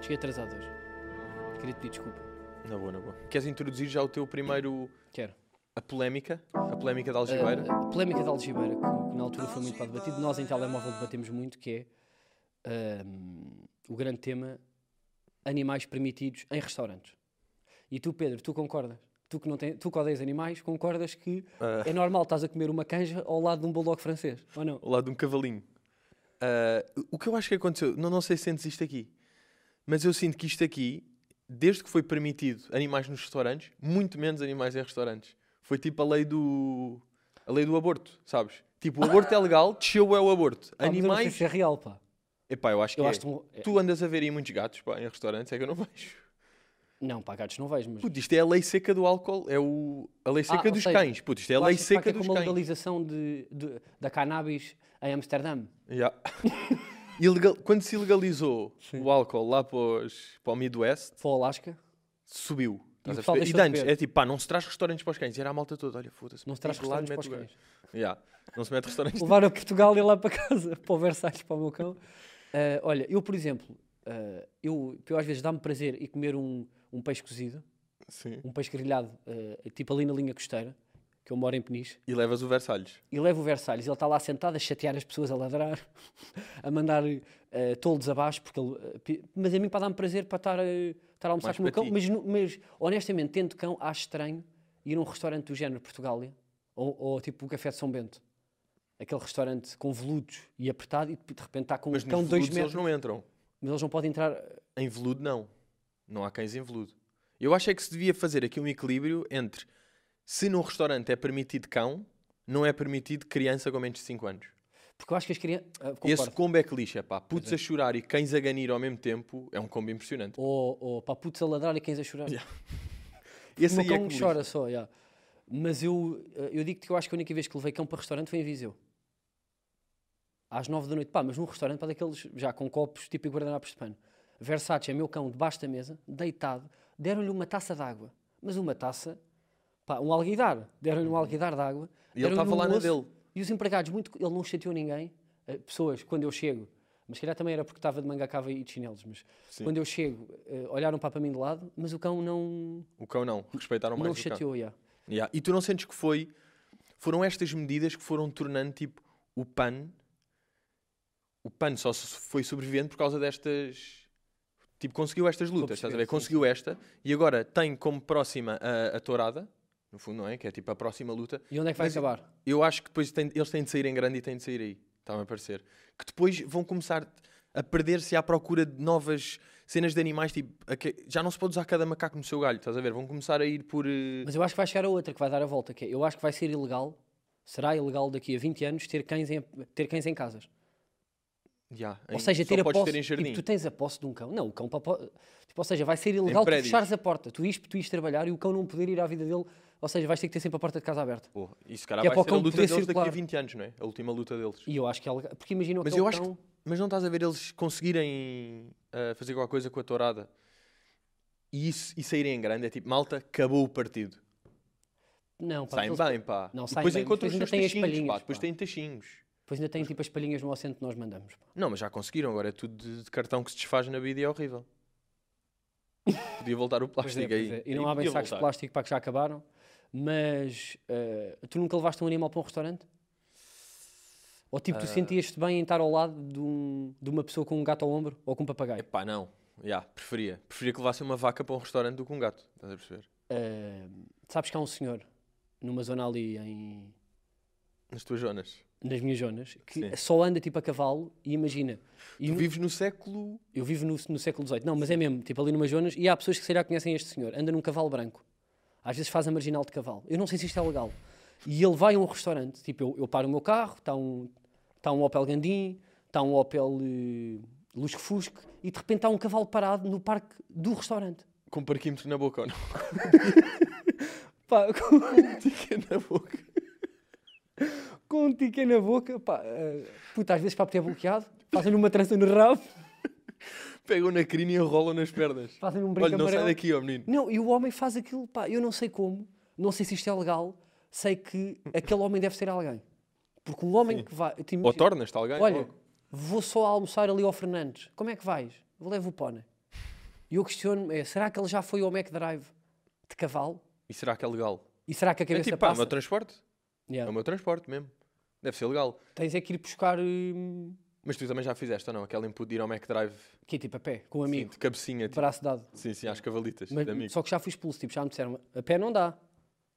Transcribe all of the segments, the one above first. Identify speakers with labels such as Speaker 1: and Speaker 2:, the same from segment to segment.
Speaker 1: Cheguei atrasado hoje. Queria te pedir desculpa.
Speaker 2: Na boa, na boa. Queres introduzir já o teu primeiro.
Speaker 1: Quero.
Speaker 2: a polémica? A polémica da Algibeira?
Speaker 1: A, a polémica da Algibeira, que, que na altura foi muito pá, debatido, nós em telemóvel debatemos muito, que é ahm, o grande tema animais permitidos em restaurantes. E tu, Pedro, tu concordas? Tu que, não tem, tu que odeias animais, concordas que
Speaker 2: Ah.
Speaker 1: é normal estás a comer uma canja ao lado de um bulldog francês, ou não?
Speaker 2: ao lado de um cavalinho. Ah, o que eu acho que aconteceu, não, não sei se sentes isto aqui, mas eu sinto que isto aqui, desde que foi permitido animais nos restaurantes, muito menos animais em restaurantes. Foi tipo a lei do, a lei do aborto, sabes? Tipo, o aborto é legal, desceu é o aborto.
Speaker 1: Pá, mas eu não sei
Speaker 2: Animais.
Speaker 1: se é real, pá.
Speaker 2: Epá, eu acho que
Speaker 1: Eu
Speaker 2: é.
Speaker 1: acho que não- é.
Speaker 2: Tu andas a ver aí muitos gatos pá, em restaurantes, é que eu não vejo.
Speaker 1: Não, pá, gatos não vejo, mas...
Speaker 2: Puto, isto é a lei seca do álcool, é o, a lei
Speaker 1: Ah,
Speaker 2: seca
Speaker 1: ou
Speaker 2: dos
Speaker 1: seja,
Speaker 2: cães. Puto, isto é a
Speaker 1: Tu
Speaker 2: lei
Speaker 1: achas, pá, que
Speaker 2: seca
Speaker 1: é
Speaker 2: dos
Speaker 1: como a
Speaker 2: cães.
Speaker 1: legalização de, de- da cannabis em Amsterdã.
Speaker 2: Ya. Ilegal- Quando se ilegalizou o álcool lá para, os- para o Midwest,
Speaker 1: Foi ao Alasca,
Speaker 2: subiu. Estás
Speaker 1: o
Speaker 2: a
Speaker 1: pessoal
Speaker 2: perceber? E
Speaker 1: deixou de
Speaker 2: antes,
Speaker 1: beber.
Speaker 2: é tipo, pá, não se traz restaurantes para os cães. E era a malta toda, olha, foda-se.
Speaker 1: não se traz
Speaker 2: diz lá,
Speaker 1: restaurantes para os
Speaker 2: mete o
Speaker 1: cães.
Speaker 2: gajo. Ya. Não se mete restaurantes.
Speaker 1: levar a Portugal e lá para casa, para o Versalhes, para o meu cão. Ah, olha, eu, por exemplo, ah, eu, eu às vezes dá-me prazer e comer um, um peixe cozido,
Speaker 2: Sim.
Speaker 1: um peixe grelhado, ah, tipo ali na linha costeira, que eu moro em Peniche,
Speaker 2: E levas o Versalhes.
Speaker 1: e levo o Versalhes, ele está lá sentado a chatear as pessoas, a ladrar, a mandar ah, toldos abaixo, porque ele, ah, pi- mas a mim para dar-me prazer para estar, a- estar a almoçar
Speaker 2: Mais
Speaker 1: com o meu
Speaker 2: para
Speaker 1: cão,
Speaker 2: ti.
Speaker 1: mas, nu- mas, honestamente, tendo cão, acho estranho ir a um restaurante do género Portugália, ou, ou tipo o Café de São Bento. Aquele restaurante com veludos e apertado e de repente está com um
Speaker 2: Mas
Speaker 1: cão
Speaker 2: nos
Speaker 1: de dois
Speaker 2: veludos
Speaker 1: metros.
Speaker 2: eles não entram.
Speaker 1: Mas eles não podem entrar... eh,
Speaker 2: Em veludo, não. Não há cães em veludo. Eu acho é que se devia fazer aqui um equilíbrio entre se num restaurante é permitido cão, não é permitido criança com menos de 5 anos.
Speaker 1: Porque eu acho que as crianças... Ah,
Speaker 2: Esse
Speaker 1: concordo.
Speaker 2: combo é que lixa, pá. Putos a chorar e cães a ganir ao mesmo tempo é um combo impressionante.
Speaker 1: Ou, ou para putos a ladrar e quem a chorar.
Speaker 2: Esse
Speaker 1: o meu
Speaker 2: aí é
Speaker 1: cão
Speaker 2: que me lixa.
Speaker 1: chora só, já. Mas eu, eh, eu digo-te que eu acho que a única vez que levei cão para restaurante foi em Viseu. Às nove da noite. Pá, mas num restaurante para daqueles, já com copos, tipo e guardanapos de pano. Versace é meu cão debaixo da mesa, deitado, deram-lhe uma taça de água. Mas uma taça, pá, um alguidar. Deram-lhe um alguidar de água.
Speaker 2: Uhum. E ele
Speaker 1: deram-lhe
Speaker 2: estava
Speaker 1: um
Speaker 2: lá na
Speaker 1: osso.
Speaker 2: dele.
Speaker 1: E os empregados, muito, ele não chateou ninguém. eh, Pessoas, quando eu chego, mas se calhar também era porque estava de manga cava e de chinelos, mas
Speaker 2: Sim.
Speaker 1: quando eu chego, eh, olharam para mim de lado, mas o cão não,
Speaker 2: O cão não, respeitaram mais
Speaker 1: não
Speaker 2: um o cão.
Speaker 1: chateou, já.
Speaker 2: Yeah. E tu não sentes que foi... Foram estas medidas que foram tornando, tipo, o PAN... O PAN só so- foi sobrevivente por causa destas... Tipo, conseguiu estas lutas, estás a
Speaker 1: perceber,
Speaker 2: ver?
Speaker 1: sim,
Speaker 2: Conseguiu esta e agora tem como próxima a, a tourada, no fundo, não é? Que é tipo a próxima luta.
Speaker 1: E onde é que vai
Speaker 2: Mas-
Speaker 1: acabar?
Speaker 2: Eu acho que depois tem- eles têm de sair em grande e têm de sair aí. Está-me a parecer. Que depois vão começar a perder-se à procura de novas cenas de animais. Tipo, a que- já não se pode usar cada macaco no seu galho, estás a ver? Vão começar a ir por. eh,
Speaker 1: Mas eu acho que vai chegar a outra que vai dar a volta, que é, eu acho que vai ser ilegal, será ilegal daqui a 20 anos ter cães em, ter cães em casas.
Speaker 2: já, em-
Speaker 1: Ou seja,
Speaker 2: só
Speaker 1: ter a
Speaker 2: podes
Speaker 1: posse,
Speaker 2: ter em
Speaker 1: tipo,
Speaker 2: jardim.
Speaker 1: tu tens a posse de um cão. Não, o cão para, po- tipo, ou seja, vai ser ilegal tu
Speaker 2: prédios.
Speaker 1: fechares a porta, tu ires, tu ires trabalhar e o cão não poder ir à vida dele, ou seja, vais ter que ter sempre a porta de casa aberta.
Speaker 2: Pô, isso, cara,
Speaker 1: Que é
Speaker 2: vai
Speaker 1: para o
Speaker 2: ser a
Speaker 1: cão
Speaker 2: luta
Speaker 1: poder
Speaker 2: deles daqui
Speaker 1: circular.
Speaker 2: a 20 anos, não é? A última luta deles.
Speaker 1: E eu acho que é legal, porque imagina o
Speaker 2: Mas
Speaker 1: aquele
Speaker 2: eu acho
Speaker 1: cão...
Speaker 2: que. Mas não estás a ver eles conseguirem ah, fazer qualquer coisa com a tourada e, isso, e saírem em grande. É tipo, malta, acabou o partido.
Speaker 1: Não, pá,
Speaker 2: Saem
Speaker 1: aqueles-
Speaker 2: bem, pá.
Speaker 1: Não,
Speaker 2: E
Speaker 1: saem
Speaker 2: depois
Speaker 1: bem, mas
Speaker 2: encontram os
Speaker 1: depois ainda
Speaker 2: seus
Speaker 1: têm as
Speaker 2: tachinhos, pá.
Speaker 1: palhinhas,
Speaker 2: Depois
Speaker 1: pá.
Speaker 2: têm tachinhos.
Speaker 1: Depois ainda tem tipo as palhinhas no centro que nós mandamos. pá.
Speaker 2: Não, mas já conseguiram, agora é tudo de, de cartão que se desfaz na vida e é horrível. Podia voltar o
Speaker 1: Pois é,
Speaker 2: plástico
Speaker 1: pois
Speaker 2: aí.
Speaker 1: é. E não
Speaker 2: aí
Speaker 1: há bem
Speaker 2: podia
Speaker 1: sacos de
Speaker 2: voltar.
Speaker 1: plástico para que já acabaram. Mas eh, tu nunca levaste um animal para um restaurante? Ou tipo, tu sentias-te bem em estar ao lado de, um- de uma pessoa com um gato ao ombro ou com um papagaio?
Speaker 2: Pá, não. Já, preferia. Preferia que levassem uma vaca para um restaurante do que um gato. Estás a perceber?
Speaker 1: Eh, sabes que há um senhor numa zona ali em,
Speaker 2: Nas tuas zonas.
Speaker 1: nas minhas zonas que
Speaker 2: Sim.
Speaker 1: só anda tipo a cavalo e imagina. E
Speaker 2: Tu
Speaker 1: nu-
Speaker 2: vives no século...
Speaker 1: Eu vivo no, no século XVIII. Não, mas é mesmo, tipo ali numas zonas, e há pessoas que se calhar conhecem este senhor, anda num cavalo branco. Às vezes faz a marginal de cavalo. Eu não sei se isto é legal. E ele vai a um restaurante, tipo, eu, eu paro o meu carro, está um, tá um Opel Gandim, está um Opel eh, Lusco-Fusco, e de repente está um cavalo parado no parque do restaurante.
Speaker 2: Com parquímetro na boca ou não?
Speaker 1: Pá, com, um
Speaker 2: Fica na boca.
Speaker 1: com um ticket na boca, pá, eh, puta, às vezes para ter bloqueado, fazem-lhe uma trança no rabo,
Speaker 2: Pegam na crina um e enrolam nas pernas.
Speaker 1: fazem-lhe um brinco
Speaker 2: Olha, não sai
Speaker 1: amarelo.
Speaker 2: daqui, ó menino.
Speaker 1: Não, e o homem faz aquilo, pá, eu não sei como, não sei se isto é legal, sei que aquele homem deve ser alguém. Porque um homem que vai. te
Speaker 2: Ou
Speaker 1: imagina,
Speaker 2: tornas-te alguém?
Speaker 1: olha,
Speaker 2: logo.
Speaker 1: vou só almoçar ali ao Fernandes, como é que vais? Levo o pone. E eu questiono-me, é, será que ele já foi ao McDrive de cavalo?
Speaker 2: E será que é legal?
Speaker 1: E será que a
Speaker 2: É
Speaker 1: cabeça
Speaker 2: tipo, pá, é o
Speaker 1: passa?
Speaker 2: meu transporte. É
Speaker 1: Yeah.
Speaker 2: o meu transporte mesmo. Deve ser legal.
Speaker 1: Tens é que ir buscar, hum,
Speaker 2: Mas tu também já fizeste ou não? Aquela input de ir ao McDrive
Speaker 1: que é tipo a pé, com um
Speaker 2: assim,
Speaker 1: amigo,
Speaker 2: de cabecinha,
Speaker 1: de
Speaker 2: tipo,
Speaker 1: braço dado.
Speaker 2: sim, sim, às cavalitas
Speaker 1: Mas-
Speaker 2: de amigo.
Speaker 1: só que já fui expulso, tipo, já me disseram, a pé não dá.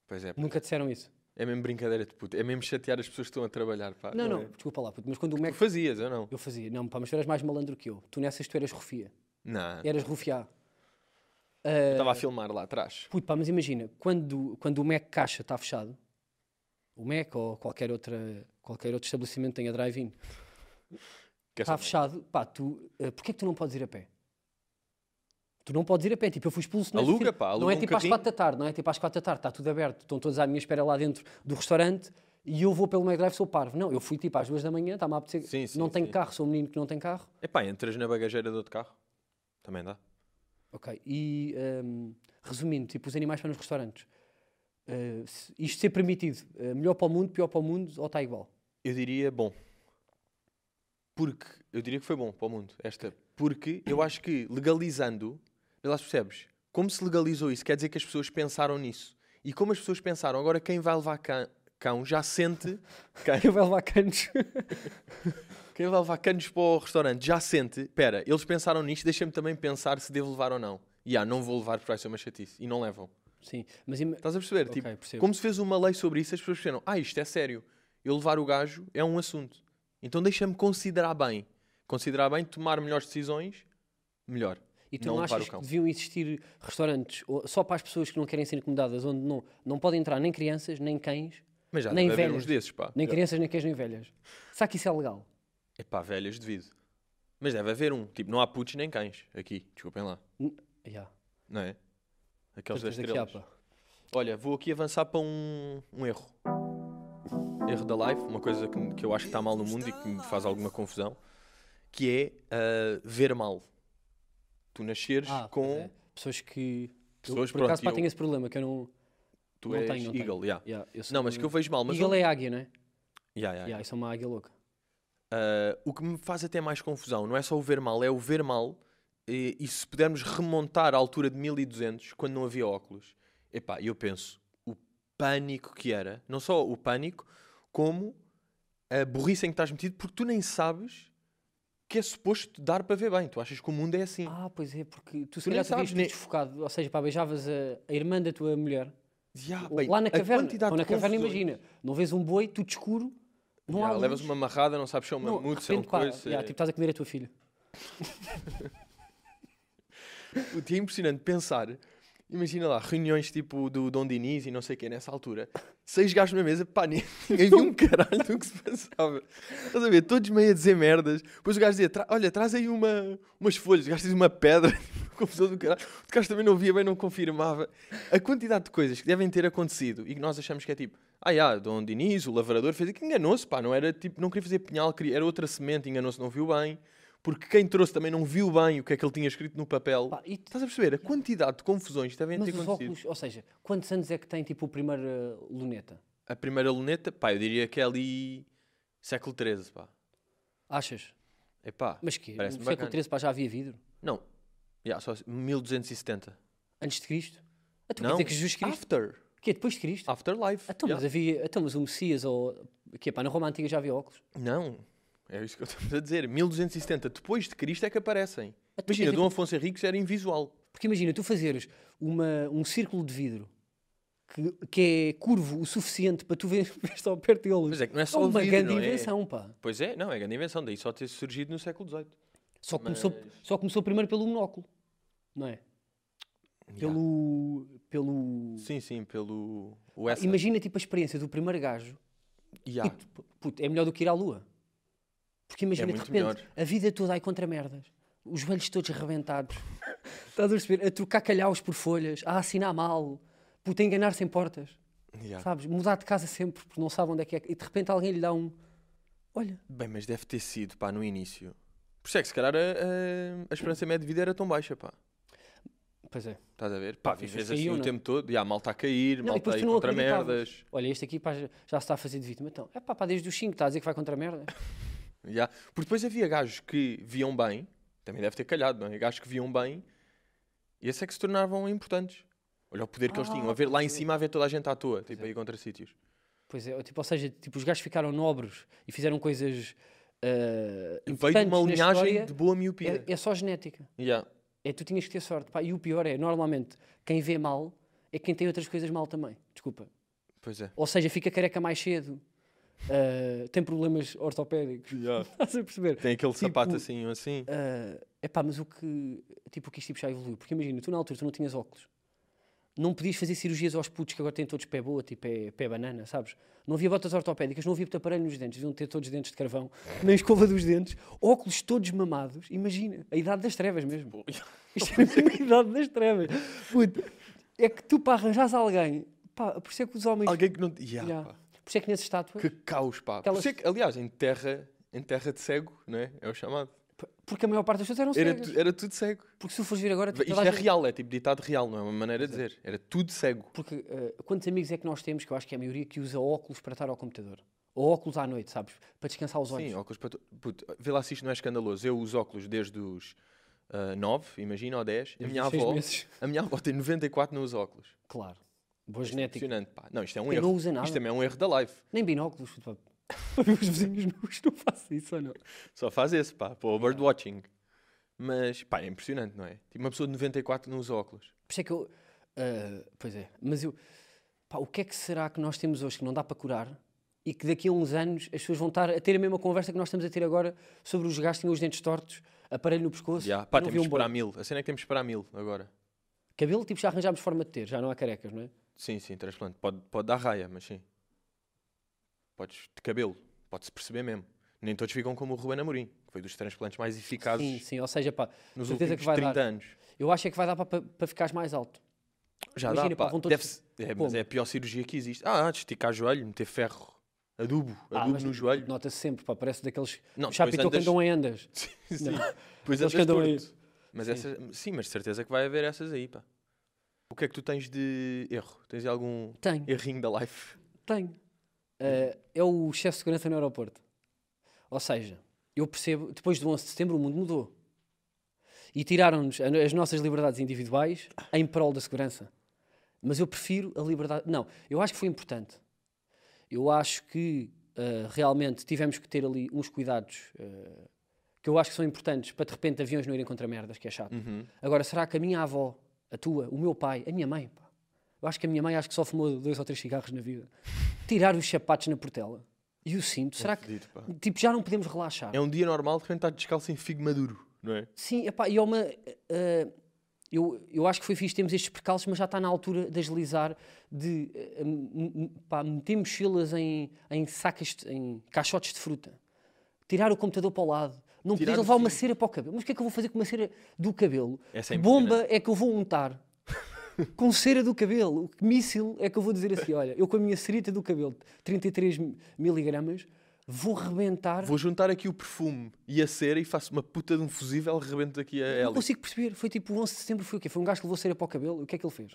Speaker 2: Pois é, pá.
Speaker 1: Nunca disseram isso.
Speaker 2: é mesmo brincadeira de puto. É mesmo chatear as pessoas que estão a trabalhar, pá.
Speaker 1: não, não,
Speaker 2: é?
Speaker 1: desculpa lá, puto, mas quando o
Speaker 2: Tu
Speaker 1: Mac...
Speaker 2: fazias, ou não?
Speaker 1: Eu fazia, não, pá, mas tu eras mais malandro que eu. Tu nessas tu eras rufia,
Speaker 2: Não.
Speaker 1: eras rufiá. Ah,
Speaker 2: Eu estava a filmar lá atrás.
Speaker 1: Puto, Ah, pá, mas imagina, quando, quando o Mac Caixa está fechado, o Mac ou qualquer, outra, qualquer outro estabelecimento que tenha drive-in,
Speaker 2: Que é
Speaker 1: está
Speaker 2: só-
Speaker 1: fechado, pá, tu, eh, porquê que tu não podes ir a pé? Tu não podes ir a pé, tipo, eu fui expulso nesse
Speaker 2: Aluga,
Speaker 1: dia.
Speaker 2: pá,
Speaker 1: Não
Speaker 2: aluga
Speaker 1: é
Speaker 2: um
Speaker 1: tipo às
Speaker 2: carrinho.
Speaker 1: 4 da tarde, não é tipo às 4 da tarde, está tudo aberto, estão todos à minha espera lá dentro do restaurante e eu vou pelo McDrive, sou parvo. Não, eu fui tipo às 2 da manhã, está-me a apetecer,
Speaker 2: Sim, sim,
Speaker 1: não tenho
Speaker 2: sim.
Speaker 1: carro, sou um menino que não tem carro.
Speaker 2: Epá, entras na bagageira do outro carro. Também dá.
Speaker 1: Ok, e ehm, resumindo, tipo, os animais para nos restaurantes. Eh, se isto ser permitido, eh, melhor para o mundo, pior para o mundo ou está igual?
Speaker 2: Eu diria bom. Porque, eu diria que foi bom para o mundo, esta. Porque eu acho que legalizando, vê lá se percebes, como se legalizou isso, quer dizer que as pessoas pensaram nisso. E como as pessoas pensaram, agora quem vai levar cã- cão, já sente, quem,
Speaker 1: Eu vou levar canos.
Speaker 2: quem vai levar canos para o restaurante já sente, pera, eles pensaram nisto, deixa-me também pensar se devo levar ou não. E ah, não vou levar porque vai ser uma chatice. E não levam.
Speaker 1: Sim, mas ima-
Speaker 2: Estás a perceber?
Speaker 1: Ok,
Speaker 2: tipo,
Speaker 1: percebo.
Speaker 2: como se fez uma lei sobre isso, as pessoas disseram: Ah, isto é sério. Eu levar o gajo é um assunto. Então deixa-me considerar bem. Considerar bem, tomar melhores decisões, melhor.
Speaker 1: E tu
Speaker 2: não
Speaker 1: não,
Speaker 2: levar
Speaker 1: achas
Speaker 2: o
Speaker 1: que
Speaker 2: cão.
Speaker 1: deviam existir restaurantes ou- só para as pessoas que não querem ser incomodadas, onde não, não podem entrar nem crianças, nem cães,
Speaker 2: Mas já
Speaker 1: nem
Speaker 2: deve haver
Speaker 1: velhas.
Speaker 2: uns desses, pá.
Speaker 1: nem
Speaker 2: Já.
Speaker 1: crianças, nem cães, nem velhas? Será que isso é legal?
Speaker 2: Epá, velhas, devido. Mas deve haver um. Tipo, não há putos nem cães aqui. Desculpem lá.
Speaker 1: Yeah.
Speaker 2: Não é? Aqueles das
Speaker 1: Tantas da
Speaker 2: estrelas.
Speaker 1: Quiapa.
Speaker 2: Olha, vou aqui avançar para um, um erro. Erro da live, uma coisa que, que eu acho que está mal no mundo e que me faz alguma confusão, que é ah, ver mal. Tu nasceres
Speaker 1: Ah,
Speaker 2: com.
Speaker 1: pois é. pessoas que.
Speaker 2: Pessoas,
Speaker 1: eu, por acaso, pá,
Speaker 2: pronto, eu-
Speaker 1: tenho esse problema que eu não.
Speaker 2: Tu
Speaker 1: Não
Speaker 2: és
Speaker 1: tenho, não tenho.
Speaker 2: eagle, yeah.
Speaker 1: Yeah, eu sou
Speaker 2: Não, mas que eu vejo mal. Mas
Speaker 1: Eagle
Speaker 2: eu-
Speaker 1: é águia, não é?
Speaker 2: Yeah, yeah,
Speaker 1: Yeah, isso é uma águia louca.
Speaker 2: Ah, o que me faz até mais confusão não é só o ver mal, é o ver mal e, e se pudermos remontar à altura de 1200, quando não havia óculos. Epá, eu penso, o pânico que era, não só o pânico, como a burrice em que estás metido, porque tu nem sabes que é suposto dar para ver bem. Tu achas que o mundo é assim.
Speaker 1: Ah, pois é, porque tu se
Speaker 2: Tu nem
Speaker 1: calhar sabias
Speaker 2: sabes,
Speaker 1: tudo
Speaker 2: nem-
Speaker 1: desfocado. Ou seja, pá, beijavas a, a irmã da tua mulher
Speaker 2: Ya,
Speaker 1: ou-
Speaker 2: Ah, bem,
Speaker 1: lá na
Speaker 2: a
Speaker 1: caverna.
Speaker 2: quantidade
Speaker 1: Ou na
Speaker 2: de
Speaker 1: caverna,
Speaker 2: confusões.
Speaker 1: imagina. Não vês um boi, tudo escuro, não
Speaker 2: Ya,
Speaker 1: há. luz.
Speaker 2: levas uma amarrada, não sabes se é um
Speaker 1: Não, de
Speaker 2: mamute, se é um
Speaker 1: repente, pá,
Speaker 2: coisa. se
Speaker 1: yeah,
Speaker 2: é-
Speaker 1: tipo, estás a comer a tua filha.
Speaker 2: Puto, e é impressionante pensar. Imagina lá, reuniões tipo do Dom Diniz e não sei o quê, nessa altura. Seis gajos na mesa, pá, ninguém viu um caralho do que se passava. Estás a ver? Todos meio a dizer merdas. Depois o gajo dizia, "Tra- olha, traz aí uma, umas folhas. O gajo diz uma pedra. Confusão do caralho. O gajo também não via bem, não confirmava. A quantidade de coisas que devem ter acontecido e que nós achamos que é tipo, ah, já, Dom Diniz, o lavrador, fez aquilo, enganou-se, pá. Não era tipo, não queria fazer pinhal, queria, era outra semente, enganou-se, não viu bem. Porque quem trouxe também não viu bem o que é que ele tinha escrito no papel.
Speaker 1: Pá, e te-
Speaker 2: Estás tá a perceber? A quantidade de confusões que devem
Speaker 1: Mas
Speaker 2: ter
Speaker 1: os
Speaker 2: acontecido.
Speaker 1: óculos, ou seja, quantos anos é que tem tipo o primeiro eh, luneta?
Speaker 2: A primeira luneta, pá, eu diria que é ali século XIII, pá.
Speaker 1: Achas?
Speaker 2: Epá,
Speaker 1: Mas que no
Speaker 2: parece-me
Speaker 1: século
Speaker 2: bacana.
Speaker 1: XIII pá, já havia vidro?
Speaker 2: Não, já, só 1270.
Speaker 1: Antes de Cristo? Então quer
Speaker 2: não,
Speaker 1: dizer que Jesus Cristo?
Speaker 2: after.
Speaker 1: Que é depois de Cristo?
Speaker 2: Afterlife.
Speaker 1: Então,
Speaker 2: já.
Speaker 1: mas havia, então, mas o Messias ou. Que é pá, na Roma Antiga já havia óculos.
Speaker 2: Não, é isso que eu estou a dizer. 1270, depois de Cristo é que aparecem.
Speaker 1: Então,
Speaker 2: Imagina,
Speaker 1: quer dizer-
Speaker 2: Dom Afonso Henriques era invisual.
Speaker 1: Porque imagina, tu fazeres uma, um círculo de vidro que, que é curvo o suficiente para tu ver ver só perto dele.
Speaker 2: Mas é que não é só o
Speaker 1: uma
Speaker 2: vidro,
Speaker 1: grande
Speaker 2: não é?
Speaker 1: invenção, pá.
Speaker 2: Pois é, não, é grande invenção. Daí só ter surgido no século XVIII.
Speaker 1: Só começou, só começou primeiro pelo monóculo, não é? Pelo. pelo...
Speaker 2: Sim, sim, pelo... O essa.
Speaker 1: Imagina tipo a experiência do primeiro gajo.
Speaker 2: Já.
Speaker 1: E tu- puto, é melhor do que ir à lua. Porque imagina, de
Speaker 2: É muito
Speaker 1: repente,
Speaker 2: melhor.
Speaker 1: a vida é toda aí contra merdas. Os joelhos todos rebentados. Estás a perceber? A trocar calhaus por folhas, a assinar mal, puto, a enganar sem portas.
Speaker 2: já.
Speaker 1: Sabes? Mudar de casa sempre, porque não sabe onde é que é. E de repente alguém lhe dá um... Olha,
Speaker 2: Bem, mas deve ter sido, pá, no início. Por isso é que se calhar a, a- a esperança média de vida era tão baixa, pá.
Speaker 1: pois é.
Speaker 2: Estás a ver? Pá,
Speaker 1: mas
Speaker 2: vives
Speaker 1: eles
Speaker 2: assim
Speaker 1: caíam,
Speaker 2: o
Speaker 1: não? é?
Speaker 2: tempo todo. E há malta a cair,
Speaker 1: Não, e
Speaker 2: malta
Speaker 1: depois
Speaker 2: a ir
Speaker 1: tu não
Speaker 2: contra
Speaker 1: acreditavas.
Speaker 2: merdas.
Speaker 1: Olha, este aqui pá, já já se está a fazer de vítima. Então, é pá, pá, desde os 5 está a dizer que vai contra merda.
Speaker 2: Ya. Porque depois havia gajos que viam bem, também deve ter calhado, não é? Gajos que viam bem E esses é que se tornavam importantes. Olha o poder que
Speaker 1: Ah,
Speaker 2: eles tinham. A ver lá em cima, a ver toda a gente à toa, tipo,
Speaker 1: é.
Speaker 2: aí contra sítios.
Speaker 1: Pois é, tipo, ou seja, tipo, os gajos ficaram nobres e fizeram coisas ah,
Speaker 2: Veio de
Speaker 1: importantes
Speaker 2: uma
Speaker 1: na
Speaker 2: linhagem
Speaker 1: história.
Speaker 2: de boa miopia.
Speaker 1: É, é só genética.
Speaker 2: Yeah.
Speaker 1: É tu tinhas que ter sorte. pá. E o pior é, normalmente, quem vê mal é quem tem outras coisas mal também. Desculpa.
Speaker 2: Pois é.
Speaker 1: Ou seja, fica careca mais cedo. ah, tem problemas ortopédicos. Estás a perceber?
Speaker 2: Tem aquele
Speaker 1: Tipo,
Speaker 2: sapato assim, assim.
Speaker 1: Ah, epá, mas o que, tipo, o que isto tipo, já evoluiu? Porque imagina, tu na altura tu não tinhas óculos. Não podias fazer cirurgias aos putos que agora têm todos pé boa, tipo pé, pé banana, sabes? Não havia botas ortopédicas, não havia muito aparelho nos dentes, deviam ter todos os dentes de carvão, nem escova dos dentes, óculos todos mamados, imagina, a idade das trevas mesmo.
Speaker 2: Tipo,
Speaker 1: Isto é mesmo a idade das trevas. Puto, é que tu para arranjares alguém, pá, por isso é que os homens.
Speaker 2: Alguém que não. Yeah,
Speaker 1: Yeah.
Speaker 2: pá.
Speaker 1: Por isso é que nas estátuas.
Speaker 2: Que caos, pá. Por
Speaker 1: Aquelas-
Speaker 2: isso é que, aliás, em terra, em terra de cego, não é? É o chamado.
Speaker 1: Porque a maior parte das pessoas eram
Speaker 2: Era,
Speaker 1: cegas.
Speaker 2: tu- era tudo cego.
Speaker 1: Porque se tu fores ver agora. tipo,
Speaker 2: Isto
Speaker 1: toda a
Speaker 2: é
Speaker 1: gente-
Speaker 2: real, é tipo ditado real, não é uma maneira de dizer. Era tudo cego.
Speaker 1: Porque eh, quantos amigos é que nós temos, que eu acho que é a maioria, que usa óculos para estar ao computador? Ou óculos à noite, sabes? Para descansar os olhos.
Speaker 2: Sim, óculos para tu... Puto, vê lá se isto não é escandaloso. Eu uso óculos desde os 9, imagina, ou 10. A
Speaker 1: Desde
Speaker 2: minha,
Speaker 1: os seis
Speaker 2: avó,
Speaker 1: meses.
Speaker 2: a minha avó tem 94, não usa óculos.
Speaker 1: Claro. Boa genética.
Speaker 2: Impressionante, pá. Não, isto é um
Speaker 1: Quem
Speaker 2: erro.
Speaker 1: É não usa nada.
Speaker 2: Isto também é um erro da live.
Speaker 1: Nem binóculos. pá. Os vizinhos meus não fazem isso ou não?
Speaker 2: Só faz esse, pá, para o birdwatching. Mas, pá, é impressionante, não é? Tipo, uma pessoa de 94 não usa óculos.
Speaker 1: Por isso é que eu. ah, pois é, mas eu. Pá, o que é que será que nós temos hoje que não dá para curar e que daqui a uns anos as pessoas vão estar a ter a mesma conversa que nós estamos a ter agora sobre os gajos que tinham os dentes tortos, aparelho no pescoço,
Speaker 2: Já, pá,
Speaker 1: não
Speaker 2: temos
Speaker 1: viam
Speaker 2: que esperar
Speaker 1: bem.
Speaker 2: mil. A cena é que temos que esperar mil agora.
Speaker 1: Cabelo, tipo, já arranjámos forma de ter, já não há carecas, não é?
Speaker 2: Sim, sim, transplante. Pode, pode dar raia, mas sim. Podes, de cabelo, pode-se perceber mesmo. Nem todos ficam como o Ruben Amorim, que foi dos transplantes mais eficazes
Speaker 1: Sim, sim, ou seja, pá,
Speaker 2: nos
Speaker 1: certeza
Speaker 2: últimos
Speaker 1: que vai
Speaker 2: 30
Speaker 1: dar.
Speaker 2: anos.
Speaker 1: eu acho é que vai dar para- para para ficares mais alto.
Speaker 2: Já
Speaker 1: Imagina,
Speaker 2: dá, pá.
Speaker 1: pá, vão todos-
Speaker 2: Deve-se- é, mas
Speaker 1: Como?
Speaker 2: é a pior cirurgia que existe. Ah, esticar joelho, meter ferro, adubo,
Speaker 1: Ah,
Speaker 2: adubo
Speaker 1: mas
Speaker 2: no joelho.
Speaker 1: Nota-se sempre, pá, parece daqueles
Speaker 2: Não, depois
Speaker 1: chapitou que
Speaker 2: andas-
Speaker 1: andam em andas.
Speaker 2: Sim,
Speaker 1: Não. Eles
Speaker 2: Pois andas
Speaker 1: que andam aí.
Speaker 2: torto. Mas essas, sim, mas de certeza que vai haver essas aí, pá. O que é que tu tens de erro? Tens de algum
Speaker 1: Tenho,
Speaker 2: errinho da life?
Speaker 1: tenho. Ah, é o excesso de segurança no aeroporto. Ou seja, eu percebo, depois do 11 de setembro o mundo mudou. E tiraram-nos a- as nossas liberdades individuais em prol da segurança. Mas eu prefiro a liberdade. Não, eu acho que foi importante. Eu acho que ah, realmente tivemos que ter ali uns cuidados ah, que eu acho que são importantes para de repente aviões não irem contra merdas, que é chato. Agora, será que a minha avó, a tua, o meu pai, a minha mãe, pá, eu acho que a minha mãe acho que só fumou dois ou três cigarros na vida, tirar os sapatos na portela e o cinto, será que
Speaker 2: Fedido, pá.
Speaker 1: tipo, já não podemos relaxar?
Speaker 2: É um dia normal de repente estar descalço em figo maduro, não é?
Speaker 1: Sim, epá, e é uma. eh, eu, eu acho que foi fixe termos estes percalços, mas já está na altura de agilizar, de eh, m- m- pá, meter mochilas em, em sacas, de- em caixotes de fruta, tirar o computador para o lado, não
Speaker 2: Tirar
Speaker 1: poder
Speaker 2: o
Speaker 1: levar uma
Speaker 2: fio.
Speaker 1: cera para o cabelo. Mas o que é que eu vou fazer com uma cera do cabelo?
Speaker 2: Essa é
Speaker 1: que bomba é que eu vou untar? com cera do cabelo? Que míssil é que eu vou dizer assim? Olha, eu com a minha cerita do cabelo, 33 miligramas, vou rebentar
Speaker 2: Vou juntar aqui o perfume e a cera e faço uma puta de um fusível, rebento aqui a
Speaker 1: Não
Speaker 2: Ellie.
Speaker 1: consigo perceber. Foi tipo o 11 de setembro, foi o quê? Foi um gajo que levou cera para o cabelo. O que é que ele fez?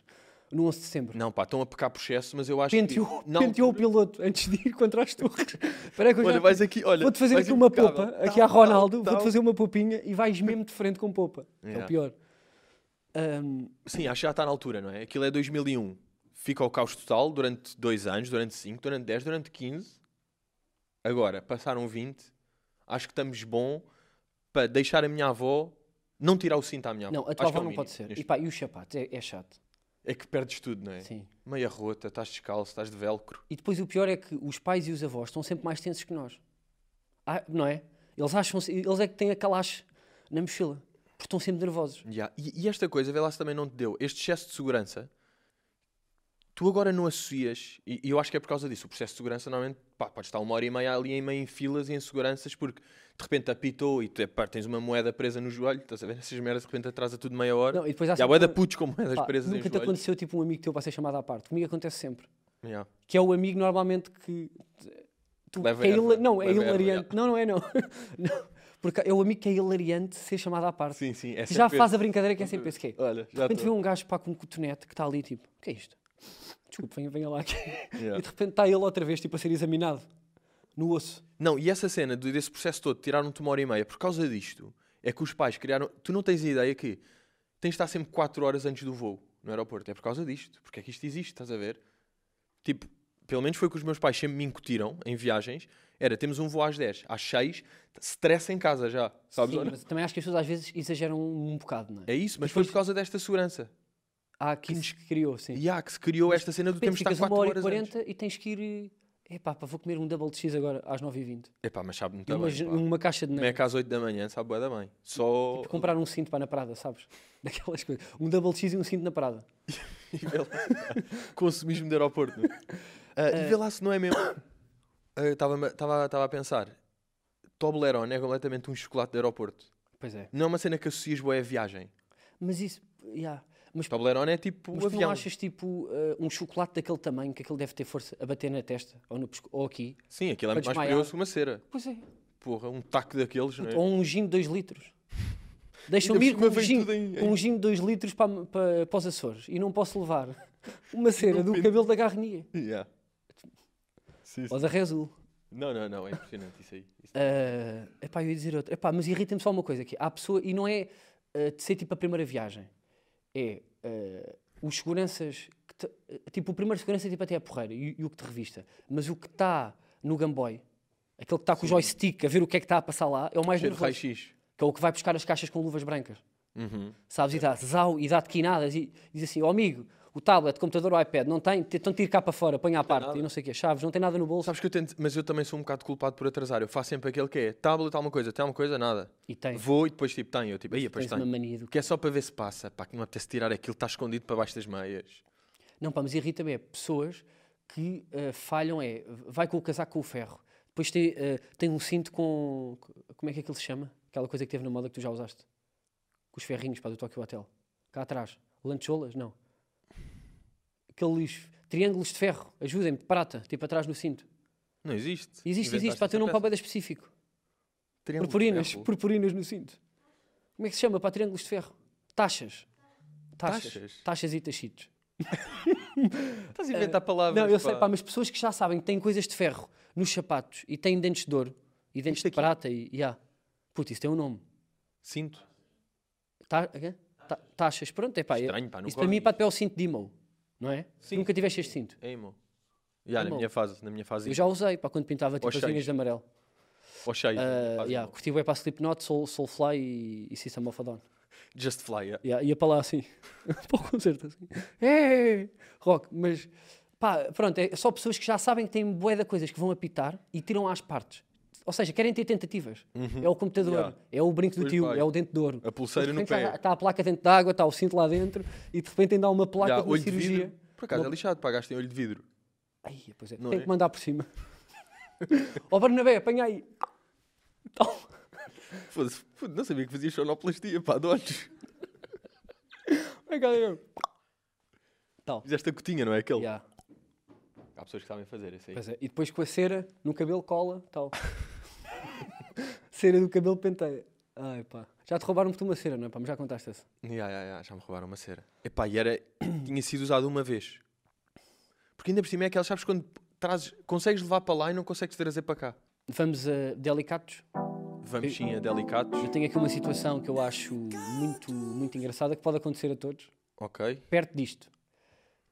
Speaker 1: No 11 de setembro.
Speaker 2: Não, pá, estão a pecar por excesso, mas eu acho
Speaker 1: Penteou,
Speaker 2: que. Não,
Speaker 1: penteou o piloto antes de ir contra as torres. Espera aí que eu
Speaker 2: olha,
Speaker 1: já-
Speaker 2: vais aqui, Tá olha.
Speaker 1: Vou-te fazer
Speaker 2: vais
Speaker 1: aqui uma
Speaker 2: impecável.
Speaker 1: popa,
Speaker 2: Tal,
Speaker 1: aqui à
Speaker 2: tal,
Speaker 1: Ronaldo,
Speaker 2: tal.
Speaker 1: vou-te fazer uma popinha e vais mesmo de frente com popa. É
Speaker 2: Yeah.
Speaker 1: o pior. Ahm,
Speaker 2: Sim, acho que já está na altura, não é? Aquilo é 2001. Fica o caos total durante 2 anos, durante 5, durante 10, durante 15. Agora, passaram 20. Acho que estamos bom para deixar a minha avó não tirar o cinto à minha avó.
Speaker 1: não, a
Speaker 2: Acho
Speaker 1: tua
Speaker 2: que é
Speaker 1: avó
Speaker 2: o
Speaker 1: não
Speaker 2: mínimo
Speaker 1: pode ser.
Speaker 2: neste-
Speaker 1: E pá, e os sapatos? É, é chato.
Speaker 2: É que perdes tudo, não é?
Speaker 1: Sim.
Speaker 2: Meia rota, estás descalço, estás de velcro.
Speaker 1: E depois o pior é que os pais e os avós estão sempre mais tensos que nós. Ah, não é? Eles acham eles é que têm a calache na mochila, porque estão sempre nervosos.
Speaker 2: Ya, E, e esta coisa, vê lá se também não te deu. Este excesso de segurança, tu agora não associas, e, e eu acho que é por causa disso. O processo de segurança normalmente pá, pode estar uma hora e meia ali em meio em filas e em seguranças, porque de repente apitou e tu, epá, tens uma moeda presa no joelho, estás a ver? Essas merdas de repente atrasa tudo meia hora.
Speaker 1: Não, e depois há
Speaker 2: e há
Speaker 1: sempre
Speaker 2: bué da
Speaker 1: uma-
Speaker 2: putos com moedas
Speaker 1: Pá,
Speaker 2: presas em
Speaker 1: nunca te
Speaker 2: joelhos.
Speaker 1: aconteceu tipo um amigo teu para ser chamado à parte. Comigo acontece sempre.
Speaker 2: Ya.
Speaker 1: Que é o amigo normalmente que. Tu,
Speaker 2: Leva
Speaker 1: que é
Speaker 2: erva,
Speaker 1: hila- Não, é
Speaker 2: leva erva,
Speaker 1: hilariante. Não, não é, não. Não, Porque é o amigo que é hilariante ser chamado à parte.
Speaker 2: Sim, sim. É
Speaker 1: já
Speaker 2: sempre
Speaker 1: faz
Speaker 2: esse.
Speaker 1: a brincadeira que é sempre esse que é.
Speaker 2: Olha,
Speaker 1: De
Speaker 2: já
Speaker 1: repente vê
Speaker 2: estou.
Speaker 1: um gajo pá, com um cotonete que está ali tipo: O que é isto? Desculpe, venha, venha lá aqui.
Speaker 2: Ya.
Speaker 1: E de repente está ele outra vez tipo, a ser examinado no osso.
Speaker 2: Não, e essa cena do- desse processo todo, tiraram-te uma hora e meia por causa disto, é que os pais criaram. Tu não tens ideia que tens de estar sempre 4 horas antes do voo no aeroporto. É por causa disto. Porque é que isto existe, estás a ver? Tipo, pelo menos foi o que os meus pais sempre me incutiram em viagens. Era, temos um voo às 10, às 6, stress em casa já, sabes?
Speaker 1: Sim,
Speaker 2: Olha,
Speaker 1: mas também acho que as pessoas às vezes exageram um bocado, não é?
Speaker 2: É isso, mas
Speaker 1: Depois-
Speaker 2: foi por causa desta segurança.
Speaker 1: Há que isso que criou, sim.
Speaker 2: E há que se criou esta cena do
Speaker 1: repente
Speaker 2: temos de estar
Speaker 1: ficas
Speaker 2: 4
Speaker 1: uma hora
Speaker 2: horas
Speaker 1: e
Speaker 2: antes.
Speaker 1: 40 e tens que ir. eh, Epá, pá, vou comer um double cheese agora às 9h20.
Speaker 2: Epá, mas sabe-me
Speaker 1: E uma,
Speaker 2: também,
Speaker 1: ge-
Speaker 2: Tá pá.
Speaker 1: uma caixa de
Speaker 2: Meia
Speaker 1: nugget.
Speaker 2: que às 8 da manhã, sabe bué da mãe. Só...
Speaker 1: um Tipo, comprar um cinto para na Prada, sabes? Daquelas coisas. Um double cheese e um cinto na Prada.
Speaker 2: E vê lá. Consumismo de aeroporto. meu. Ah, E vê lá se não é mesmo. Estava a pensar. Toblerone é completamente um chocolate de aeroporto.
Speaker 1: Pois é.
Speaker 2: Não é uma cena que associas boa à viagem.
Speaker 1: Mas isso. Yeah. Mas,
Speaker 2: Toblerone é tipo
Speaker 1: mas tu
Speaker 2: avião.
Speaker 1: não achas tipo eh, um chocolate daquele tamanho que aquele deve ter força a bater na testa ou, no, pesco- ou aqui?
Speaker 2: Sim, aquilo é
Speaker 1: para
Speaker 2: muito
Speaker 1: desmaiar?
Speaker 2: mais perigoso que uma cera.
Speaker 1: Pois é.
Speaker 2: Porra, um taco daqueles, não é?
Speaker 1: Ou um gin de 2 litros. Deixam-me
Speaker 2: Ainda
Speaker 1: ir
Speaker 2: por
Speaker 1: com
Speaker 2: cima
Speaker 1: um,
Speaker 2: vem
Speaker 1: gin,
Speaker 2: tudo em-
Speaker 1: com um gin de 2 litros para, para, para os Açores e não posso levar uma cera do
Speaker 2: pente.
Speaker 1: cabelo da Garnier
Speaker 2: Yeah. Sim, sim.
Speaker 1: ou da Rezul.
Speaker 2: Não, não, não, é impressionante isso aí. Isso-
Speaker 1: Ah, epá, eu ia dizer outra. Epá, mas irrita-me só uma coisa aqui. Há pessoa, e não é ah, de ser tipo a primeira viagem. É ah, os seguranças. que te- ah, tipo, o primeiro segurança é tipo até a porreira e, e o que te revista. Mas o que está no Gamboy, aquele que está com o joystick a ver o que é que está a passar lá, é o mais
Speaker 2: Cheio de
Speaker 1: nervoso.
Speaker 2: raio-x. Uhum.
Speaker 1: Que é o que vai buscar as caixas com luvas brancas. Sabes? E dá zau, e dá de quinadas. E diz assim: ó amigo, o tablet, o computador, o iPad, não tem? Então tira cá para fora, põe à parte. E não sei o quê. Chaves, não tem nada no bolso.
Speaker 2: Sabes que eu tento, mas eu também sou um bocado culpado por atrasar. Eu faço sempre aquele que é tablet, alguma coisa, tem alguma coisa, nada.
Speaker 1: E tem.
Speaker 2: Vou e depois tipo, tem. Eu tipo, aí, depois
Speaker 1: Tens
Speaker 2: tem.
Speaker 1: uma mania do
Speaker 2: Que é só para ver se passa, pá, que não apetece tirar aquilo, está escondido para baixo das meias.
Speaker 1: Não, pá, mas irrita-me é pessoas que ah, falham, é, vai com o casaco com o ferro, depois tem, ah, tem um cinto com, como é que aquilo se chama? Aquela coisa que teve na moda que tu já usaste? Com os ferrinhos, para do Tokyo Hotel. Cá atrás. Lancholas? Não. Aquele lixo. Triângulos de ferro, ajudem-me, de prata, tipo atrás no cinto.
Speaker 2: Não existe.
Speaker 1: Existe, existe,
Speaker 2: Inventaste
Speaker 1: para ter um
Speaker 2: essa
Speaker 1: para específico.
Speaker 2: peça. Triângulo de
Speaker 1: Purpurinas,
Speaker 2: ferro.
Speaker 1: purpurinas no cinto. Como é que se chama para triângulos de ferro? Taxas. Taxas.
Speaker 2: Taxas?
Speaker 1: Taxas, e taxitos.
Speaker 2: Estás a inventar palavras.
Speaker 1: Eh, Não, eu sei, pá, mas pessoas que já sabem que têm coisas de ferro nos sapatos e têm dentes de ouro e dentes
Speaker 2: Isto
Speaker 1: de prata e. e há. Puto, isso tem um nome.
Speaker 2: Sinto.
Speaker 1: Ta- quê? Ta- taxas, pronto, é pá. é-
Speaker 2: Estranho, pá, nunca
Speaker 1: isso para mim
Speaker 2: ouvi
Speaker 1: pá, é o cinto de Imo, não é?
Speaker 2: Sim.
Speaker 1: Nunca tiveste este cinto.
Speaker 2: É, irmão. Já, na
Speaker 1: Emo.
Speaker 2: minha fase, na minha fase.
Speaker 1: Eu já usei, pá, quando pintava tipo,
Speaker 2: Aos
Speaker 1: as unhas
Speaker 2: seis.
Speaker 1: de amarelo.
Speaker 2: Ou cheio.
Speaker 1: Ah, yeah, curti bem para Slipknot, Soul, Soulfly e, e System of a Down.
Speaker 2: Just fly, é. yeah.
Speaker 1: Yeah, ia para lá assim, para o concerto assim. É, rock, mas pá, pronto, é só pessoas que já sabem que têm bué de coisas que vão apitar e tiram às partes. Ou seja, querem ter tentativas. É o computador,
Speaker 2: Uhum. Yeah.
Speaker 1: é o brinco do
Speaker 2: Pois
Speaker 1: tio,
Speaker 2: vai.
Speaker 1: é o dente de ouro.
Speaker 2: A pulseira
Speaker 1: Mas de
Speaker 2: no
Speaker 1: repente
Speaker 2: pé.
Speaker 1: Está, está a placa dentro da água, está o cinto lá dentro e de repente ainda há uma placa
Speaker 2: Já,
Speaker 1: de uma
Speaker 2: olho de
Speaker 1: cirurgia.
Speaker 2: vidro. Por acaso é lixado, pá, gastem olho de vidro.
Speaker 1: Ai, pois é,
Speaker 2: Não
Speaker 1: tem
Speaker 2: é?
Speaker 1: que mandar por cima. Ó Bernabé, apanha aí.
Speaker 2: Foda-se, foda-se, não sabia que fazia sonoplastia, pá, de olhos.
Speaker 1: Vem cá, eu.
Speaker 2: Oh.
Speaker 1: Tal.
Speaker 2: Fizeste a cotinha, não é aquele?
Speaker 1: Yeah,
Speaker 2: Há pessoas que sabem fazer isso aí.
Speaker 1: pois é. E depois com a cera no cabelo cola, tal. cera do cabelo penteia. Ai pá. Já te roubaram-te uma cera, não é pá? Mas já contaste essa.
Speaker 2: Ya, ya, ya, já me roubaram uma cera. Epá, e era... tinha sido usado uma vez. Porque ainda por cima é aquelas, sabes, quando trazes... consegues levar para lá e não consegues trazer para cá.
Speaker 1: Vamos a delicados.
Speaker 2: Vamos sim a delicados.
Speaker 1: Eu tenho aqui uma situação que eu acho muito, muito engraçada que pode acontecer a todos,
Speaker 2: Ok.
Speaker 1: perto disto.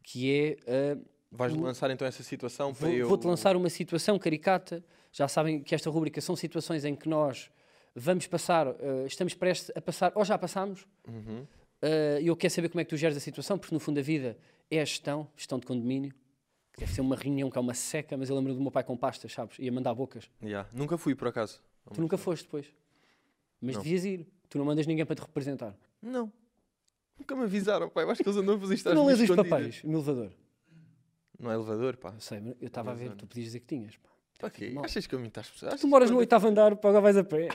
Speaker 1: Que é. ah,
Speaker 2: Vais lançar então essa situação para eu...
Speaker 1: Vou- Vou-te lançar uma situação caricata. Já sabem que esta rubrica são situações em que nós vamos passar, eh, estamos prestes a passar, ou já passámos. Eh, eu quero saber como é que tu geres a situação, porque no fundo a vida é a gestão, gestão de condomínio. que Deve ser uma reunião que é uma seca, mas eu lembro do meu pai com pastas, sabes? Ia mandar bocas.
Speaker 2: Ya, Nunca fui, por acaso.
Speaker 1: Tu nunca foste depois. Mas devias ir. Tu não mandas ninguém para te representar.
Speaker 2: Não. Nunca me avisaram, pai. Eu acho que eles andam a fazer isto
Speaker 1: Tu
Speaker 2: às
Speaker 1: não lês
Speaker 2: minhas
Speaker 1: os
Speaker 2: escondidas.
Speaker 1: papéis no elevador.
Speaker 2: Não é elevador, pá.
Speaker 1: Eu sei, mas eu estava a ver, tu podias dizer que tinhas. pá.
Speaker 2: Para quê?
Speaker 1: mal.
Speaker 2: Achas que eu me estás...
Speaker 1: Tu moras no oitavo andar, pá, agora vais a pé.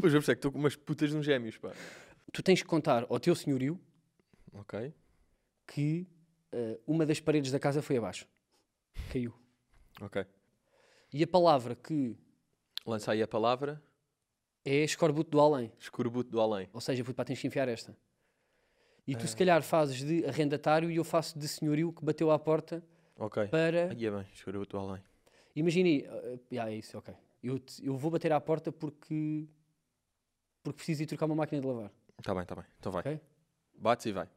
Speaker 2: Pois eu percebo que estou com umas putas de uns gêmeos, pá.
Speaker 1: Tu tens que contar ao teu senhorio
Speaker 2: Ok.
Speaker 1: que eh, uma das paredes da casa foi abaixo. Caiu.
Speaker 2: Ok.
Speaker 1: E a palavra que
Speaker 2: Lança aí a palavra.
Speaker 1: é escorbuto do além.
Speaker 2: Escorbuto do além.
Speaker 1: Ou seja, puto, pá, tens que enfiar esta. E
Speaker 2: É.
Speaker 1: tu, se calhar, fazes de arrendatário e eu faço de senhorio que bateu à porta
Speaker 2: Ok.
Speaker 1: para.
Speaker 2: Aí é bem, escorbuto do além.
Speaker 1: Imaginei. eh, eh, ah, é isso, ok. Eu, te- eu vou bater à porta porque. Porque preciso ir trocar uma máquina de lavar.
Speaker 2: Tá bem, tá bem. Então vai.
Speaker 1: Ok?
Speaker 2: Bates e vai.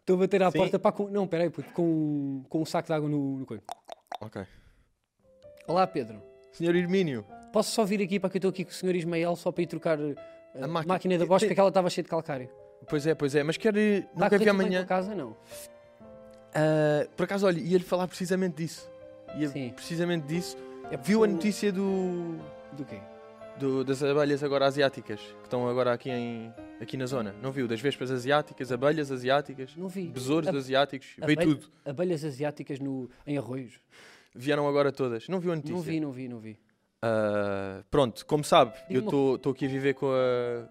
Speaker 1: Estou a bater à
Speaker 2: Sim.
Speaker 1: porta para com. Não, peraí, puto, com, com um saco de água no, no coelho.
Speaker 2: Ok.
Speaker 1: Olá, Pedro.
Speaker 2: Senhor Irmínio,
Speaker 1: Posso só vir aqui para que eu estou aqui com o senhor Ismael só para ir trocar eh,
Speaker 2: A
Speaker 1: a
Speaker 2: máquina-
Speaker 1: máquina, da Bosch,
Speaker 2: Tem-
Speaker 1: que aquela estava cheia de calcário.
Speaker 2: pois é, pois é, mas quer. eh, Não
Speaker 1: Está Tá a correr
Speaker 2: quer vir
Speaker 1: tudo bem
Speaker 2: amanhã.
Speaker 1: com a casa? Não.
Speaker 2: Ah, por acaso, olha, ia-lhe falar precisamente disso. Ia
Speaker 1: Sim.
Speaker 2: precisamente disso.
Speaker 1: É
Speaker 2: Viu a
Speaker 1: porque-
Speaker 2: notícia do,
Speaker 1: Do quê?
Speaker 2: do- das abelhas agora asiáticas, que estão agora aqui, em, aqui na zona? Não viu? Das vespas asiáticas, abelhas asiáticas,
Speaker 1: Não vi.
Speaker 2: besouros
Speaker 1: Ab-
Speaker 2: asiáticos, veio
Speaker 1: abelha-
Speaker 2: tudo.
Speaker 1: Abelhas asiáticas no, em arroios.
Speaker 2: Vieram agora todas. Não viu a notícia?
Speaker 1: Não vi, não vi, não vi.
Speaker 2: Ah, pronto, como sabe,
Speaker 1: Diga-me
Speaker 2: eu estou aqui a viver com a,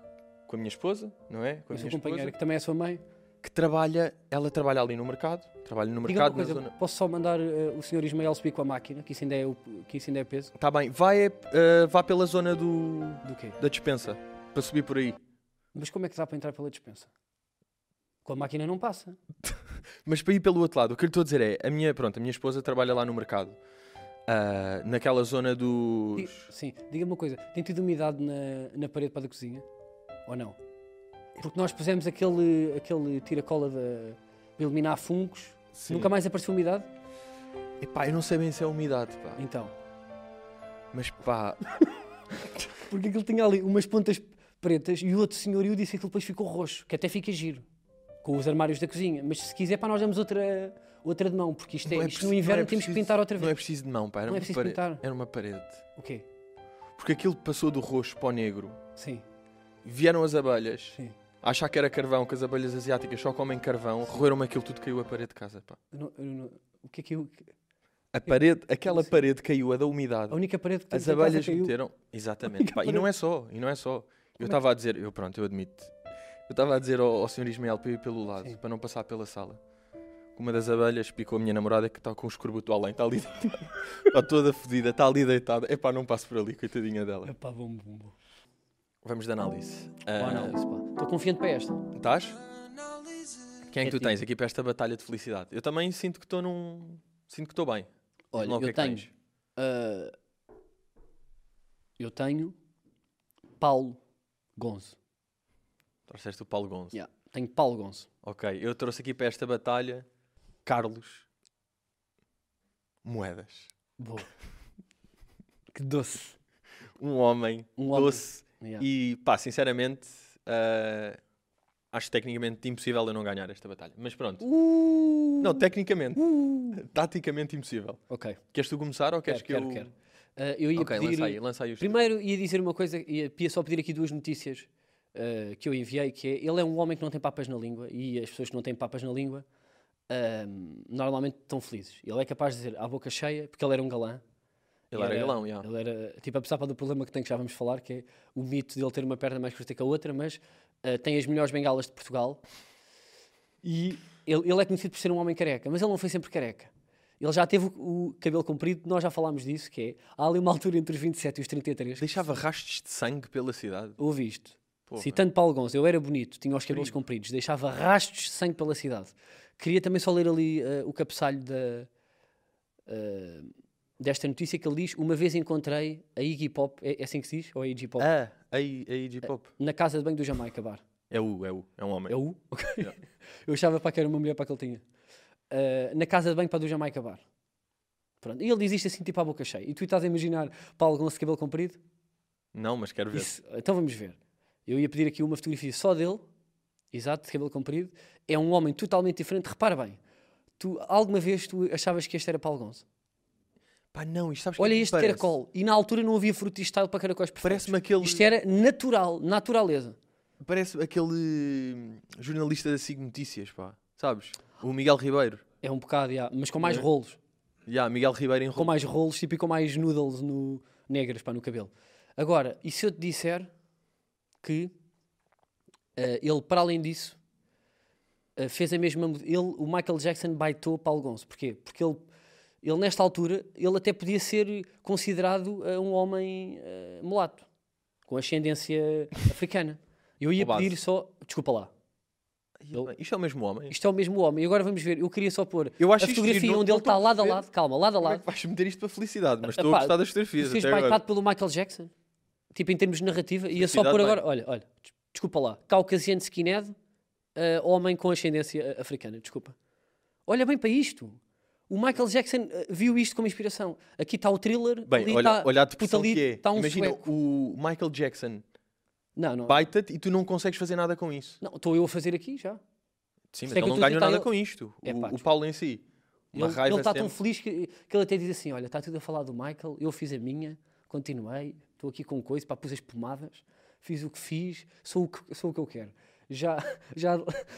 Speaker 2: com a minha esposa, não é? Com a
Speaker 1: Mas o
Speaker 2: minha
Speaker 1: companheiro,
Speaker 2: esposa,
Speaker 1: que também é a sua mãe.
Speaker 2: que trabalha, ela trabalha ali no mercado, trabalha no
Speaker 1: Diga uma
Speaker 2: mercado na
Speaker 1: coisa,
Speaker 2: zona.
Speaker 1: posso só mandar eh, o senhor Ismael subir com a máquina, que isso ainda é, o, que isso ainda é peso?
Speaker 2: Tá bem, vai, ah, vá pela zona do,
Speaker 1: Do quê?
Speaker 2: da dispensa, para subir por aí.
Speaker 1: Mas como é que dá para entrar pela dispensa? Com a máquina não passa.
Speaker 2: Mas para ir pelo outro lado, o que eu lhe estou a dizer é, a minha, pronto, a minha esposa trabalha lá no mercado, ah, naquela zona
Speaker 1: Di-
Speaker 2: dos...
Speaker 1: Sim, diga-me uma coisa, tem tido umidade na, na parede para a da cozinha? Ou não? Porque nós pusemos aquele, aquele tira-cola de para eliminar fungos,
Speaker 2: Sim.
Speaker 1: nunca mais apareceu umidade?
Speaker 2: Epá, eu não sei bem se é umidade, pá.
Speaker 1: Então,
Speaker 2: Mas pá,
Speaker 1: porque aquilo tinha ali umas pontas pretas e o outro senhor eu disse que aquilo depois ficou roxo, que até fica giro, com os armários da cozinha. Mas se quiser, pá, nós damos outra, outra de mão, porque isto, é,
Speaker 2: não
Speaker 1: isto
Speaker 2: é preciso-
Speaker 1: no
Speaker 2: não é
Speaker 1: inverno temos que
Speaker 2: preciso- é
Speaker 1: pintar outra
Speaker 2: Não é
Speaker 1: vez.
Speaker 2: preciso de mão, pá, era,
Speaker 1: Não é
Speaker 2: uma,
Speaker 1: preciso
Speaker 2: parede,
Speaker 1: pintar.
Speaker 2: era uma parede.
Speaker 1: O quê?
Speaker 2: Porque aquilo passou do roxo para o negro.
Speaker 1: Sim,
Speaker 2: Vieram as abelhas,
Speaker 1: sim.
Speaker 2: a achar que era carvão, que as abelhas asiáticas só comem carvão, roeram-me aquilo tudo, caiu a parede de casa, pá.
Speaker 1: Eu não- eu não- o que é que eu...
Speaker 2: A parede, aquela
Speaker 1: Sim.
Speaker 2: parede caiu, a da umidade.
Speaker 1: A única parede que temos
Speaker 2: As
Speaker 1: em casa
Speaker 2: abelhas
Speaker 1: caiu.
Speaker 2: meteram. Exatamente. Pá, e não é só, e não é só. Eu estava a dizer, eu pronto, eu admito. Eu estava a dizer ao, ao senhor Ismael para ir pelo lado,
Speaker 1: Sim.
Speaker 2: para não passar pela sala. Uma das abelhas picou a minha namorada que está com o escorbuto além, está ali deitada. Está toda fodida, está ali deitada. Epá, não passo por ali, coitadinha dela.
Speaker 1: Epá, bom, bom, bom.
Speaker 2: Vamos de análise.
Speaker 1: Boa
Speaker 2: Ah,
Speaker 1: análise, pá. Estou confiante para esta.
Speaker 2: Estás? Quem é que
Speaker 1: É
Speaker 2: tu tens aqui para esta batalha de felicidade? Eu também sinto que estou num. Sinto que estou bem.
Speaker 1: Olha,
Speaker 2: Diz-me lá o
Speaker 1: eu
Speaker 2: que é que
Speaker 1: tenho.
Speaker 2: tens.
Speaker 1: ah, eu tenho Paulo Gonzo.
Speaker 2: Trouxeste o Paulo Gonzo.
Speaker 1: Yeah, Tenho Paulo Gonzo.
Speaker 2: Ok, eu trouxe aqui para esta batalha Carlos Moedas.
Speaker 1: Boa. que doce.
Speaker 2: Um homem
Speaker 1: Um homem.
Speaker 2: doce
Speaker 1: Yeah.
Speaker 2: e pá, sinceramente, ah, acho tecnicamente impossível eu não ganhar esta batalha. Mas pronto,
Speaker 1: Uh,
Speaker 2: não, tecnicamente,
Speaker 1: uh.
Speaker 2: taticamente impossível.
Speaker 1: Ok,
Speaker 2: Queres tu começar ou queres
Speaker 1: quero, quero,
Speaker 2: que eu.
Speaker 1: quero. Ah, eu ia
Speaker 2: Ok,
Speaker 1: pedir...
Speaker 2: lança aí, lança aí os teus.
Speaker 1: Primeiro ia dizer uma coisa, ia, ia só pedir aqui duas notícias ah, que eu enviei, que é, ele é um homem que não tem papas na língua e as pessoas que não têm papas na língua ahm, normalmente estão felizes. Ele é capaz de dizer à boca cheia, porque ele era um galã.
Speaker 2: Ele era galão, já.
Speaker 1: Ele era, tipo, apesar pá, do problema que tem, que já vamos falar, que é o mito de ele ter uma perna mais curta que a outra, mas ah, tem as melhores bengalas de Portugal. E ele, ele é conhecido por ser um homem careca, mas ele não foi sempre careca. Ele já teve o, o cabelo comprido, nós já falámos disso, que é, há ali uma altura entre os 27 e os 33
Speaker 2: Deixava rastos de sangue pela cidade.
Speaker 1: Ouve isto.
Speaker 2: Porra.
Speaker 1: Citando Paulo Gonzo, eu era bonito, tinha os cabelos compridos, deixava rastos de sangue pela cidade. Queria também só ler ali eh, o cabeçalho da, eh, desta notícia que ele diz: Uma vez encontrei a Iggy Pop, é, é assim que se diz? Ou a Iggy Pop?
Speaker 2: Ah, aí, aí de pop.
Speaker 1: Na casa de banho do Jamaica Bar.
Speaker 2: É o, é o, é um homem.
Speaker 1: É o? Ok. Eu achava para que era uma mulher para que ele tinha. Eh, na casa de banho para do Jamaica Bar. Pronto. E ele diz isto assim, tipo à boca cheia. E tu estás a imaginar Paulo Gonzo de cabelo comprido?
Speaker 2: Não, mas quero ver.
Speaker 1: Isso- então vamos ver. Eu ia pedir aqui uma fotografia só dele, exato, de cabelo comprido. É um homem totalmente diferente. Repara bem, tu alguma vez tu achavas que este era Paulo Gonzo?
Speaker 2: Pá, não, isto sabes o que
Speaker 1: Olha
Speaker 2: é que
Speaker 1: este
Speaker 2: parece?
Speaker 1: caracol. E na altura não havia fruto de style para caracóis perfeitos.
Speaker 2: Parece-me aquele-
Speaker 1: Isto é- era natural, naturaleza.
Speaker 2: Parece aquele hum, jornalista da SIG Notícias, pá. Sabes? O Miguel Ribeiro.
Speaker 1: É um bocado, já, mas com mais
Speaker 2: É.
Speaker 1: rolos.
Speaker 2: Já, Miguel Ribeiro em
Speaker 1: Com
Speaker 2: Roma.
Speaker 1: mais rolos, tipo, e com mais noodles no, negras pá, no cabelo. Agora, e se eu te disser que eh, ele, para além disso, eh, fez a mesma... mod- Ele, o Michael Jackson baitou Paulo Gonzo. Porquê? Porque ele, ele nesta altura, ele até podia ser considerado eh, um homem eh, mulato, com ascendência africana. Eu ia
Speaker 2: Ou base.
Speaker 1: pedir só... Desculpa lá.
Speaker 2: Ele- Isto é o mesmo homem.
Speaker 1: Isto é o mesmo homem. E agora vamos ver. Eu queria só pôr
Speaker 2: Eu acho
Speaker 1: a
Speaker 2: isto
Speaker 1: fotografia
Speaker 2: giro, não-
Speaker 1: onde
Speaker 2: não
Speaker 1: ele
Speaker 2: estou a
Speaker 1: está lado a
Speaker 2: perceber
Speaker 1: lado. Calma, lado a
Speaker 2: Como é
Speaker 1: lado. É
Speaker 2: que vais meter isto para felicidade? Mas estou
Speaker 1: Epá,
Speaker 2: a gostar das
Speaker 1: Tu
Speaker 2: fotografias
Speaker 1: fez
Speaker 2: até agora.
Speaker 1: baitado pelo Michael Jackson? tipo, em termos de narrativa, ia só
Speaker 2: Felicidade,
Speaker 1: pôr
Speaker 2: bem.
Speaker 1: agora. Olha, olha, des- desculpa lá. Caucasiano skinhead, eh, homem com ascendência eh, africana, desculpa. Olha bem para isto. O Michael Jackson eh, viu isto como inspiração. Aqui está o thriller,
Speaker 2: Bem,
Speaker 1: ali
Speaker 2: olha,
Speaker 1: está
Speaker 2: olha a depressão
Speaker 1: ali
Speaker 2: que é.
Speaker 1: está um
Speaker 2: Imagina,
Speaker 1: sueco.
Speaker 2: o Michael Jackson
Speaker 1: Não, não.
Speaker 2: baita-te e tu não consegues fazer nada com isso.
Speaker 1: Não, estou eu a fazer aqui já. Isto
Speaker 2: Sim, mas
Speaker 1: é que
Speaker 2: ele
Speaker 1: eu
Speaker 2: não
Speaker 1: estou a
Speaker 2: ganhou
Speaker 1: tentar-
Speaker 2: nada
Speaker 1: ele-
Speaker 2: com isto.
Speaker 1: É pá,
Speaker 2: o, o
Speaker 1: desculpa.
Speaker 2: Paulo em si. Uma
Speaker 1: ele
Speaker 2: raiva
Speaker 1: ele está tão
Speaker 2: sempre.
Speaker 1: feliz que, que ele até diz assim: Olha, está tudo a falar do Michael, eu fiz a minha, continuei, estou aqui com coisa, pá, pus as pomadas, fiz o que fiz, sou o que, sou o que eu quero. Já, já,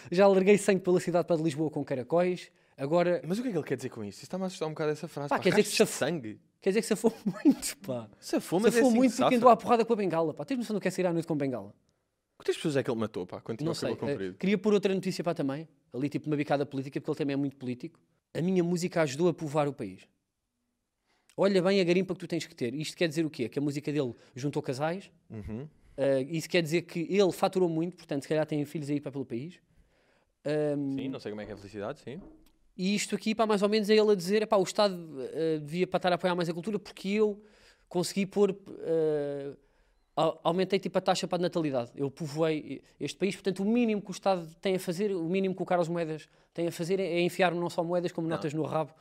Speaker 1: já larguei sangue pela cidade para de Lisboa com caracóis, agora
Speaker 2: Mas o que é que ele quer dizer com isso? Isso está-me a assustar um bocado essa frase.
Speaker 1: Pá,
Speaker 2: Pá,
Speaker 1: quer dizer que
Speaker 2: rastes
Speaker 1: saf-
Speaker 2: de sangue.
Speaker 1: quer dizer que safou muito, pá.
Speaker 2: Safou, mas
Speaker 1: Safou
Speaker 2: é assim
Speaker 1: muito
Speaker 2: que
Speaker 1: porque
Speaker 2: safa.
Speaker 1: andou à porrada com a bengala, pá. Tens noção do que é sair à noite com bengala?
Speaker 2: Quantas pessoas é que ele matou, pá, quando tinha
Speaker 1: Não
Speaker 2: o
Speaker 1: sei.
Speaker 2: cabelo
Speaker 1: eh,
Speaker 2: comprido?
Speaker 1: Queria pôr outra notícia para também, ali tipo uma bicada política, porque ele também é muito político. A minha música ajudou a povoar o país. Olha bem a garimpa que tu tens que ter. Isto quer dizer o quê? Que a música dele juntou casais.
Speaker 2: Uhum.
Speaker 1: eh, isso quer dizer que ele faturou muito, portanto, se calhar tem filhos aí para pelo país. Ahm,
Speaker 2: Sim, não sei como é que é a felicidade, sim.
Speaker 1: e isto aqui, pá, mais ou menos, é ele a dizer: pá, o Estado eh, devia para estar a apoiar mais a cultura porque eu consegui pôr. eh, au- aumentei tipo a taxa para a natalidade. Eu povoei este país, portanto, o mínimo que o Estado tem a fazer, o mínimo que o Carlos Moedas tem a fazer é, é enfiar-me não só moedas
Speaker 2: Ah.
Speaker 1: como notas no rabo,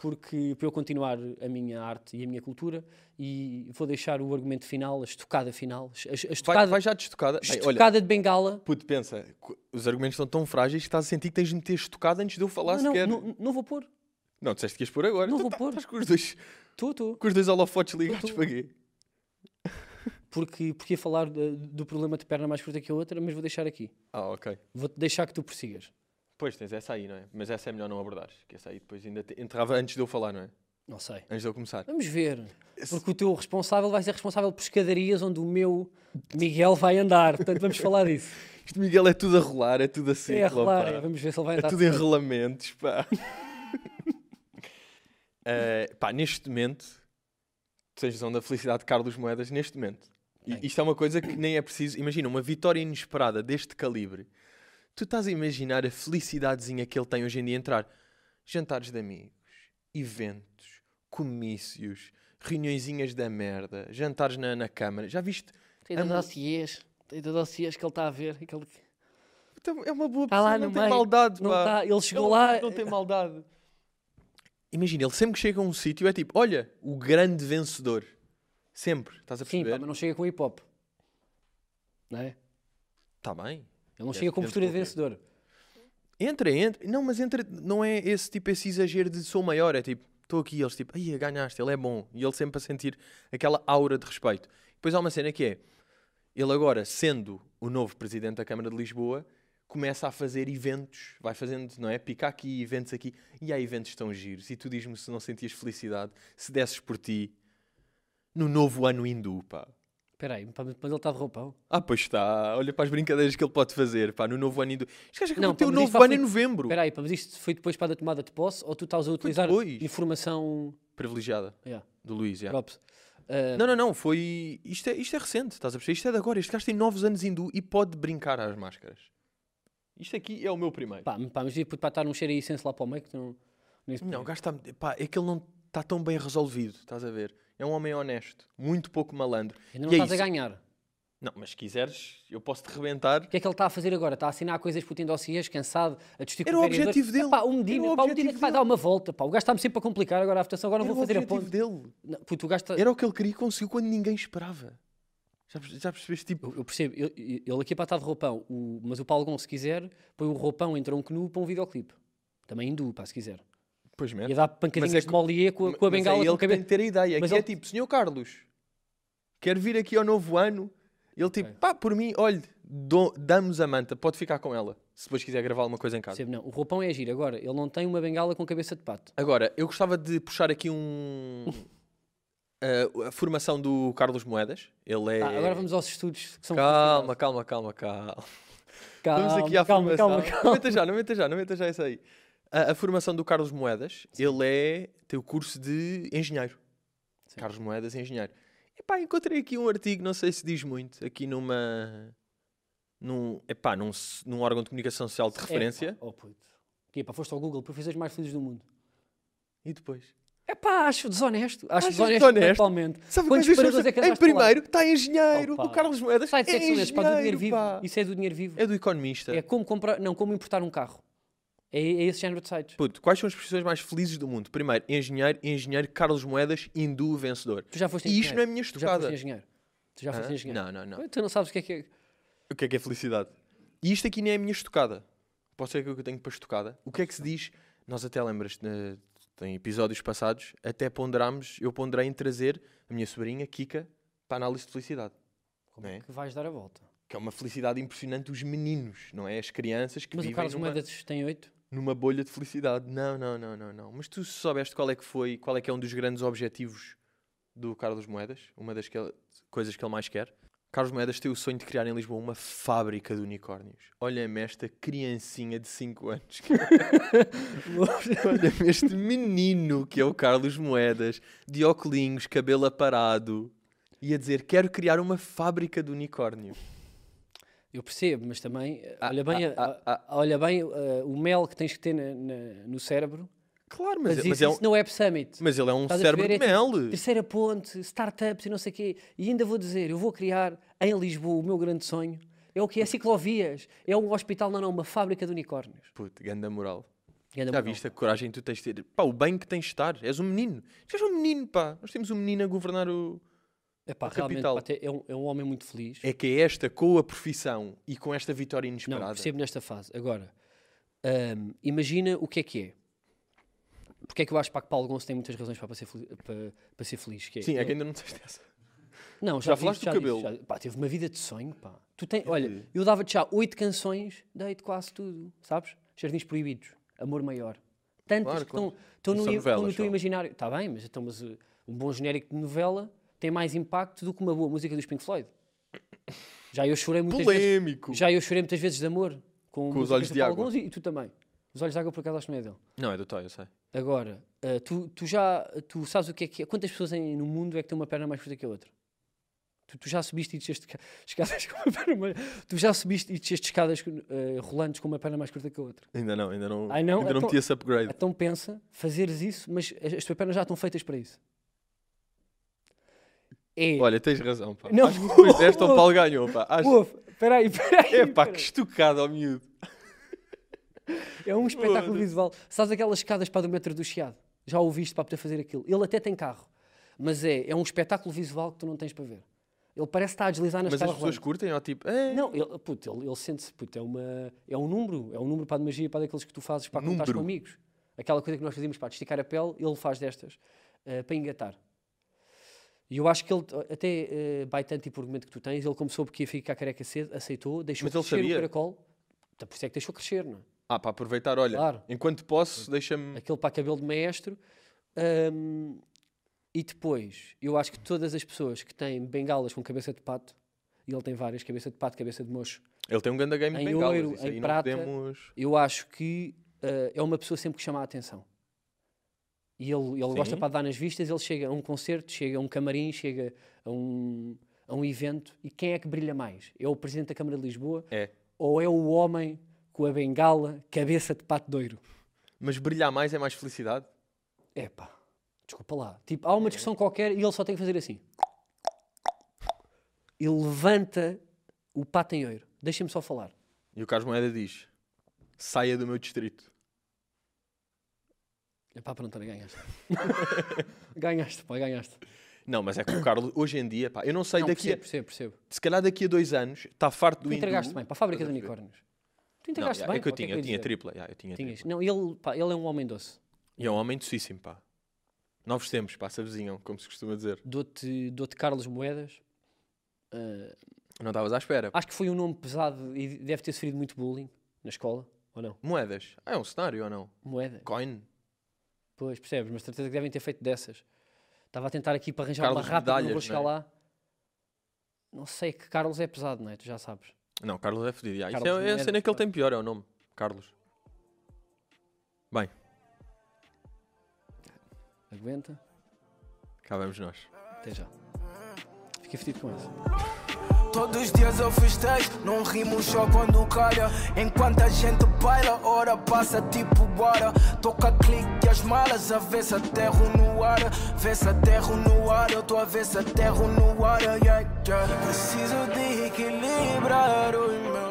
Speaker 1: porque para eu continuar a minha arte e a minha cultura. E vou deixar o argumento final, a estocada final, a, a
Speaker 2: Vai,
Speaker 1: estocada,
Speaker 2: vai já de estocada. Bem, olha,
Speaker 1: estocada de bengala.
Speaker 2: puto, pensa, cu- os argumentos estão tão frágeis que estás a sentir que tens de meter estocada antes de eu falar
Speaker 1: Não, não,
Speaker 2: sequer.
Speaker 1: não, não vou pôr.
Speaker 2: Não, disseste que ias pôr agora.
Speaker 1: Não
Speaker 2: Então
Speaker 1: vou
Speaker 2: tá-
Speaker 1: pôr.
Speaker 2: Estás com os dois,
Speaker 1: Tu, tu.
Speaker 2: com os dois holofotes ligados para quê?
Speaker 1: porque, porque ia falar de- do problema de perna mais curta que a outra, mas vou deixar aqui.
Speaker 2: Ah, ok.
Speaker 1: Vou-te deixar que tu persigas.
Speaker 2: Pois, tens essa aí, não é? Mas essa é melhor não abordares, que essa aí depois ainda te- entrava antes de eu falar, não é?
Speaker 1: Não sei.
Speaker 2: Antes de eu começar.
Speaker 1: Vamos ver. Porque o teu responsável vai ser responsável por escadarias onde o meu Miguel vai andar. Portanto, vamos falar disso.
Speaker 2: Isto, Miguel, é tudo a rolar, é tudo a
Speaker 1: é a
Speaker 2: ciclo,
Speaker 1: rolar,
Speaker 2: pá.
Speaker 1: é, Vamos ver se ele vai
Speaker 2: É
Speaker 1: andar.
Speaker 2: tudo em rolamentos, pá. Eh, pá, neste momento, tu tens noção da felicidade de Carlos Moedas, neste momento. E
Speaker 1: Bem.
Speaker 2: isto é uma coisa que nem é preciso. Imagina, uma vitória inesperada deste calibre. Tu estás a imaginar a felicidadezinha que ele tem hoje em dia a entrar. Jantares de amigos, eventos, comícios, reuniõezinhas da merda, jantares na, na Câmara. Já viste?
Speaker 1: Tem de dossiês. Tem de dossiês que ele está a ver. que ele-
Speaker 2: Então, É uma boa
Speaker 1: Tá
Speaker 2: pessoa,
Speaker 1: lá
Speaker 2: não
Speaker 1: no
Speaker 2: tem
Speaker 1: meio,
Speaker 2: maldade,
Speaker 1: Não
Speaker 2: pá.
Speaker 1: tá, ele chegou lá.
Speaker 2: Não tem maldade. Imagina, ele sempre que chega a um sítio é tipo, olha, o grande vencedor. Sempre, estás a
Speaker 1: Sim,
Speaker 2: perceber?
Speaker 1: pá, mas não chega com hip hop. Não é?
Speaker 2: Está Tá bem.
Speaker 1: Ele não
Speaker 2: Deve-
Speaker 1: chega com
Speaker 2: deve
Speaker 1: postura de
Speaker 2: correr.
Speaker 1: vencedor.
Speaker 2: Entra, entra. Não, mas entra, não é esse tipo, esse exagero de sou maior, é tipo, estou aqui, eles tipo, ai, ganhaste, ele é bom. E ele sempre a sentir aquela aura de respeito. Depois há uma cena que é, ele agora, sendo o novo presidente da Câmara de Lisboa, começa a fazer eventos, vai fazendo, não é? Pica aqui, eventos aqui, e há eventos tão giros. E tu diz-me se não sentias felicidade, se desses por ti, no novo ano hindu, pá.
Speaker 1: Espera aí, pá, mas ele está de roupão.
Speaker 2: Ah, pois está, olha para as brincadeiras que ele pode fazer, pá, no novo ano hindu. Isto que acha que
Speaker 1: Não,
Speaker 2: não, ter
Speaker 1: pá,
Speaker 2: o
Speaker 1: mas
Speaker 2: novo
Speaker 1: isto
Speaker 2: ano
Speaker 1: já
Speaker 2: em
Speaker 1: foi-
Speaker 2: novembro.
Speaker 1: Espera aí, pá, mas isto foi depois para a tomada de posse ou tu estás a utilizar
Speaker 2: depois.
Speaker 1: informação.
Speaker 2: Privilegiada.
Speaker 1: Yeah,
Speaker 2: Do Luís, já.
Speaker 1: props. Ah,
Speaker 2: Não, não, não, foi. Isto é, isto é recente, estás a perceber? Isto é de agora. Este gajo tem 9 anos hindu e pode brincar às máscaras. Isto aqui é o meu primeiro.
Speaker 1: Pá, pá, mas devia puto, pá, estar um cheiro aí sem lá para o meio que tu não. nem se
Speaker 2: Não, o
Speaker 1: podia.
Speaker 2: gajo está. Pá, é que ele não está tão bem resolvido, estás a ver? É um homem honesto, muito pouco malandro.
Speaker 1: Ainda não
Speaker 2: e é
Speaker 1: estás a
Speaker 2: isso.
Speaker 1: ganhar. O
Speaker 2: Não, mas se quiseres, eu posso te rebentar.
Speaker 1: que é que ele está a fazer agora? Está a assinar coisas puto em dossiês, cansado, a discutir
Speaker 2: Era
Speaker 1: com
Speaker 2: o
Speaker 1: o vereador.
Speaker 2: objetivo dele.
Speaker 1: É pá, o
Speaker 2: Era
Speaker 1: Medina,
Speaker 2: o
Speaker 1: pá, o Medina
Speaker 2: objetivo
Speaker 1: que vai
Speaker 2: dele.
Speaker 1: dar uma volta. Pá. O gajo está-me sempre a complicar agora a votação, agora
Speaker 2: Era
Speaker 1: não
Speaker 2: o
Speaker 1: vou fazer a
Speaker 2: objetivo
Speaker 1: ponte.
Speaker 2: dele.
Speaker 1: Não, puto, o gajo tá- está.
Speaker 2: Era o que ele queria e conseguiu quando ninguém esperava. Já, perce- já percebeste? Tipo,
Speaker 1: Eu, eu percebo, eu- eu- ele aqui é para estar de roupão, o- mas o Paulo Gon, se quiser, põe o roupão em tronco nu para um videoclipe. Também hindu, pá, se quiser.
Speaker 2: pois
Speaker 1: E
Speaker 2: mesmo.
Speaker 1: dá pancadinhas
Speaker 2: Mas é
Speaker 1: de
Speaker 2: que-
Speaker 1: molier com, a- com a
Speaker 2: Mas
Speaker 1: bengala
Speaker 2: é
Speaker 1: com
Speaker 2: ele
Speaker 1: o
Speaker 2: que
Speaker 1: cabelo.
Speaker 2: tem que ter a ideia.
Speaker 1: Mas
Speaker 2: que é
Speaker 1: ele-
Speaker 2: tipo, senhor Carlos, quer vir aqui ao novo ano? Ele tipo, pá, por mim, olhe, dou- damos a manta, pode ficar com ela, se depois quiser gravar alguma coisa em casa.
Speaker 1: Percebo, não. O roupão é giro. Agora, ele não tem uma bengala com cabeça de pato.
Speaker 2: Agora, eu gostava de puxar aqui um... eh, a, a formação do Carlos Moedas. Ele é...
Speaker 1: Ah, agora vamos aos estudos que são
Speaker 2: Calma, calma, calma, calma.
Speaker 1: calma,
Speaker 2: Vamos aqui à
Speaker 1: calma,
Speaker 2: formação.
Speaker 1: calma,
Speaker 2: Não
Speaker 1: calma.
Speaker 2: meta já, não meta já, não meta já isso aí. A, a formação do Carlos Moedas, ele é, tem o curso de engenheiro.
Speaker 1: Sim.
Speaker 2: Carlos Moedas, engenheiro. Epá, encontrei aqui um artigo, não sei se diz muito, aqui numa... Num, epá, num, s- num órgão de comunicação social de referência.
Speaker 1: É, pá, oh, puto. Que é, pá, foste ao Google, professores mais felizes do mundo.
Speaker 2: E depois?
Speaker 1: É pá, acho desonesto. Acho
Speaker 2: Achas
Speaker 1: desonesto,
Speaker 2: desonesto?
Speaker 1: totalmente.
Speaker 2: Sabe
Speaker 1: Quantos paradores
Speaker 2: quantas pessoas-
Speaker 1: é que
Speaker 2: Em
Speaker 1: andaste para lá?
Speaker 2: primeiro está engenheiro.
Speaker 1: Opa.
Speaker 2: O Carlos Moedas
Speaker 1: Sai de
Speaker 2: é
Speaker 1: sexo para do dinheiro
Speaker 2: engenheiro,
Speaker 1: vivo.
Speaker 2: pá.
Speaker 1: Isso é do dinheiro vivo.
Speaker 2: É do economista.
Speaker 1: É como comprar, não, como importar um carro. É, é esse género de sites.
Speaker 2: Puto, quais são as pessoas mais felizes do mundo? Primeiro, engenheiro, engenheiro, Carlos Moedas, hindu, vencedor.
Speaker 1: Tu já foste
Speaker 2: E
Speaker 1: engenheiro.
Speaker 2: isto não é minha
Speaker 1: Tu já foste
Speaker 2: estocada.
Speaker 1: engenheiro. Tu já foste
Speaker 2: Hã?
Speaker 1: engenheiro.
Speaker 2: Não, não, não.
Speaker 1: Tu não sabes o que é que é.
Speaker 2: O que é que é felicidade? E isto aqui nem é a minha estocada. Pode ser que eu tenho para estocada. O que é que se diz? Nós até lembras, né, em episódios passados, até ponderámos, eu ponderei em trazer a minha sobrinha, Kika, para a análise de felicidade.
Speaker 1: Como
Speaker 2: Não
Speaker 1: é
Speaker 2: é?
Speaker 1: que vais dar a volta?
Speaker 2: Que é uma felicidade impressionante dos meninos, não é? As crianças que
Speaker 1: Mas o
Speaker 2: vivem
Speaker 1: Carlos
Speaker 2: numa,
Speaker 1: Moedas tem oito?
Speaker 2: numa bolha de felicidade. Não, não, não, não, não. Mas tu soubeste qual é que foi, qual é que é um dos grandes objetivos do Carlos Moedas? Uma das que ele- coisas que ele mais quer? Carlos Moedas tem o sonho de criar em Lisboa uma fábrica de unicórnios. Olha-me esta criancinha de 5 anos. Olha-me este menino que é o Carlos Moedas, de óculos, cabelo aparado, e a dizer: Quero criar uma fábrica de unicórnio.
Speaker 1: Eu percebo, mas também eh,
Speaker 2: Ah,
Speaker 1: olha bem,
Speaker 2: ah,
Speaker 1: a- a- olha bem eh, o mel que tens que ter na- na- no cérebro.
Speaker 2: Claro,
Speaker 1: Mas,
Speaker 2: mas,
Speaker 1: isso,
Speaker 2: mas é um,
Speaker 1: isso no Web Summit.
Speaker 2: mas ele é um
Speaker 1: Estás a
Speaker 2: cérebro
Speaker 1: perceber?
Speaker 2: de
Speaker 1: É
Speaker 2: mel.
Speaker 1: Terceira ponte, startups e não sei o quê. E ainda vou dizer, eu vou criar em Lisboa o meu grande sonho. É o que é ciclovias, é um hospital, não, não, uma fábrica de unicórnios.
Speaker 2: Puto, ganda moral.
Speaker 1: Ganda
Speaker 2: Já
Speaker 1: moral.
Speaker 2: viste a coragem que tu tens de ter? Pá, o bem que tens de estar. És um menino. Tu és um menino, pá. Nós temos um menino a governar o.
Speaker 1: Epá,
Speaker 2: a
Speaker 1: realmente,
Speaker 2: capital?
Speaker 1: pá, até é, um, é um homem muito feliz.
Speaker 2: É que é esta, com a profissão e com esta vitória
Speaker 1: Não,
Speaker 2: inesperada.
Speaker 1: percebo nesta fase. Agora, hum, imagina o que é que é. Porque é que eu acho pá, que Paulo Gonçalo tem muitas razões pá, para ser, feliz, para, para ser feliz? que é-
Speaker 2: Sim, é
Speaker 1: ele-
Speaker 2: que ainda não disseste essa.
Speaker 1: Não, já,
Speaker 2: Já
Speaker 1: disse,
Speaker 2: falaste do
Speaker 1: já disse,
Speaker 2: cabelo?
Speaker 1: já disse. Pá, teve uma vida de sonho, pá. Tu tem, olha, eu dava-te já oito canções, dei-te quase tudo, sabes? Jardins Proibidos, Amor Maior. Tantas
Speaker 2: Claro,
Speaker 1: que
Speaker 2: claro.
Speaker 1: estão- estão no,
Speaker 2: São
Speaker 1: i- estão no
Speaker 2: novelas,
Speaker 1: teu
Speaker 2: só.
Speaker 1: imaginário. Está bem, mas, então, mas uh, um bom genérico de novela tem mais impacto do que uma boa música dos Pink Floyd. Já eu chorei muitas vezes.
Speaker 2: Polémico.
Speaker 1: Já eu chorei muitas vezes de amor. Com,
Speaker 2: Com os
Speaker 1: músicas
Speaker 2: olhos
Speaker 1: do
Speaker 2: de
Speaker 1: Paulo
Speaker 2: água.
Speaker 1: Gonzo E, e tu também. Os olhos de água, por acaso, acho que não é dele.
Speaker 2: Não, é do Toy, eu sei.
Speaker 1: Agora, ah, tu, tu já tu sabes o que é que é? Quantas pessoas em- no mundo é que têm uma perna mais curta que a outra? Tu, tu já subiste e desceste ca- escadas com uma perna mais... Tu já subiste e desceste escadas ah, rolantes com uma perna mais curta que a outra.
Speaker 2: Ainda não, ainda não.
Speaker 1: Ai, não?
Speaker 2: Ainda não
Speaker 1: Então-
Speaker 2: meti esse upgrade.
Speaker 1: Então pensa, fazeres isso, mas as, as tuas pernas já estão feitas para isso. É...
Speaker 2: Olha, tens razão, pá.
Speaker 1: Não.
Speaker 2: Acho que depois desta o Paulo ganhou, pá. Acho...
Speaker 1: Ouve, peraí, peraí.
Speaker 2: É pá, que estucado ao miúdo.
Speaker 1: É um espetáculo
Speaker 2: Foda-se.
Speaker 1: visual. Sabes aquelas escadas para do metro do Chiado? Já ouviste para poder fazer aquilo. Ele até tem carro. Mas é, é um espetáculo visual que tu não tens para ver. Ele parece estar a deslizar na
Speaker 2: Mas as
Speaker 1: escada
Speaker 2: pessoas
Speaker 1: rolante.
Speaker 2: curtem, ó, tipo. É,
Speaker 1: Não, ele, puto, ele, ele sente-se, puto, é, uma, é um número. É um número para a magia, para daqueles que tu fazes para contar com
Speaker 2: Número.
Speaker 1: amigos. Aquela coisa que nós fazíamos para esticar a pele, ele faz destas eh, para engatar. E eu acho que ele, até uh, baitando tipo o argumento que tu tens, ele como soube que ia ficar careca cedo, aceitou, deixou
Speaker 2: Mas ele
Speaker 1: crescer o
Speaker 2: sabia?
Speaker 1: caracol. Então, Por isso é que deixou crescer, não é?
Speaker 2: Ah, para aproveitar, olha.
Speaker 1: Claro.
Speaker 2: Enquanto posso, deixa-me.
Speaker 1: aquele para cabelo de maestro. Ahm, e depois, eu acho que todas as pessoas que têm bengalas com cabeça de pato, e ele tem várias, cabeça de pato, cabeça de mocho,
Speaker 2: Ele tem um grande game
Speaker 1: Em
Speaker 2: de bengalas.
Speaker 1: ouro,
Speaker 2: isso
Speaker 1: em
Speaker 2: aí não
Speaker 1: prata.
Speaker 2: podemos.
Speaker 1: eu acho que ah, é uma pessoa sempre que chama a atenção. E ele, ele gosta
Speaker 2: Sim.
Speaker 1: para dar nas vistas, ele chega a um concerto, chega a um camarim, chega a um, a um evento, e quem é que brilha mais? É o Presidente da Câmara de Lisboa
Speaker 2: É.
Speaker 1: ou é o homem com a bengala, cabeça de pato doiro?
Speaker 2: Mas brilhar mais é mais felicidade?
Speaker 1: Epá, desculpa lá. Tipo, há uma discussão qualquer e ele só tem que fazer assim. E levanta o pato em oiro. Deixa-me só falar.
Speaker 2: E o Carlos Moeda diz: saia do meu distrito.
Speaker 1: Epá, pronto, olha, ganhaste. ganhaste, pá, ganhaste.
Speaker 2: Não, mas é que o Carlos, hoje em dia, pá, eu não sei
Speaker 1: Não,
Speaker 2: daqui.
Speaker 1: percebo,
Speaker 2: A,
Speaker 1: percebo, percebo.
Speaker 2: se calhar daqui a dois anos, está farto do
Speaker 1: Tu entregaste
Speaker 2: hindu.
Speaker 1: bem para a fábrica de
Speaker 2: Estás a perceber?
Speaker 1: unicórnios. Tu
Speaker 2: Não,
Speaker 1: entregaste
Speaker 2: já,
Speaker 1: bem.
Speaker 2: é que eu
Speaker 1: pá, o
Speaker 2: tinha,
Speaker 1: é
Speaker 2: eu
Speaker 1: ia
Speaker 2: tinha
Speaker 1: dizer?
Speaker 2: tripla. já, eu tinha
Speaker 1: Tinhas.
Speaker 2: tripla.
Speaker 1: Não, ele, pá, ele é um homem doce.
Speaker 2: E é um homem docíssimo, pá. Novos tempos, pá, se avizinham, como se costuma dizer.
Speaker 1: Dou-te dou Carlos Moedas. Ah,
Speaker 2: Não estavas à espera.
Speaker 1: acho que foi um nome pesado e deve ter sofrido muito bullying na escola, ou não?
Speaker 2: Moedas. Ah, é um cenário ou não?
Speaker 1: Moeda.
Speaker 2: Coin.
Speaker 1: Pois, percebes, mas de certeza que devem ter feito dessas. Estava a tentar aqui para arranjar
Speaker 2: Carlos
Speaker 1: uma rápida, não vou
Speaker 2: Medalhas,
Speaker 1: chegar
Speaker 2: não é?
Speaker 1: lá. Não sei, que Carlos é pesado, não é? Tu já sabes.
Speaker 2: Não, Carlos é fodido. já. Isso
Speaker 1: Carlos
Speaker 2: é, é a
Speaker 1: Moedas,
Speaker 2: cena que ele tem pior, é o nome. Carlos. Bem,
Speaker 1: Aguenta,
Speaker 2: cá vamos nós.
Speaker 1: até já. Fiquei fedido com isso.
Speaker 3: todos os dias eu festejo. Não rimo só quando calha. Enquanto a gente baila, hora passa tipo bora. Toca clique e as malas, a ver se aterro no ar. Vê se aterro no ar, eu tô a ver se aterro no ar. Yeah, yeah. Preciso de equilibrar os meus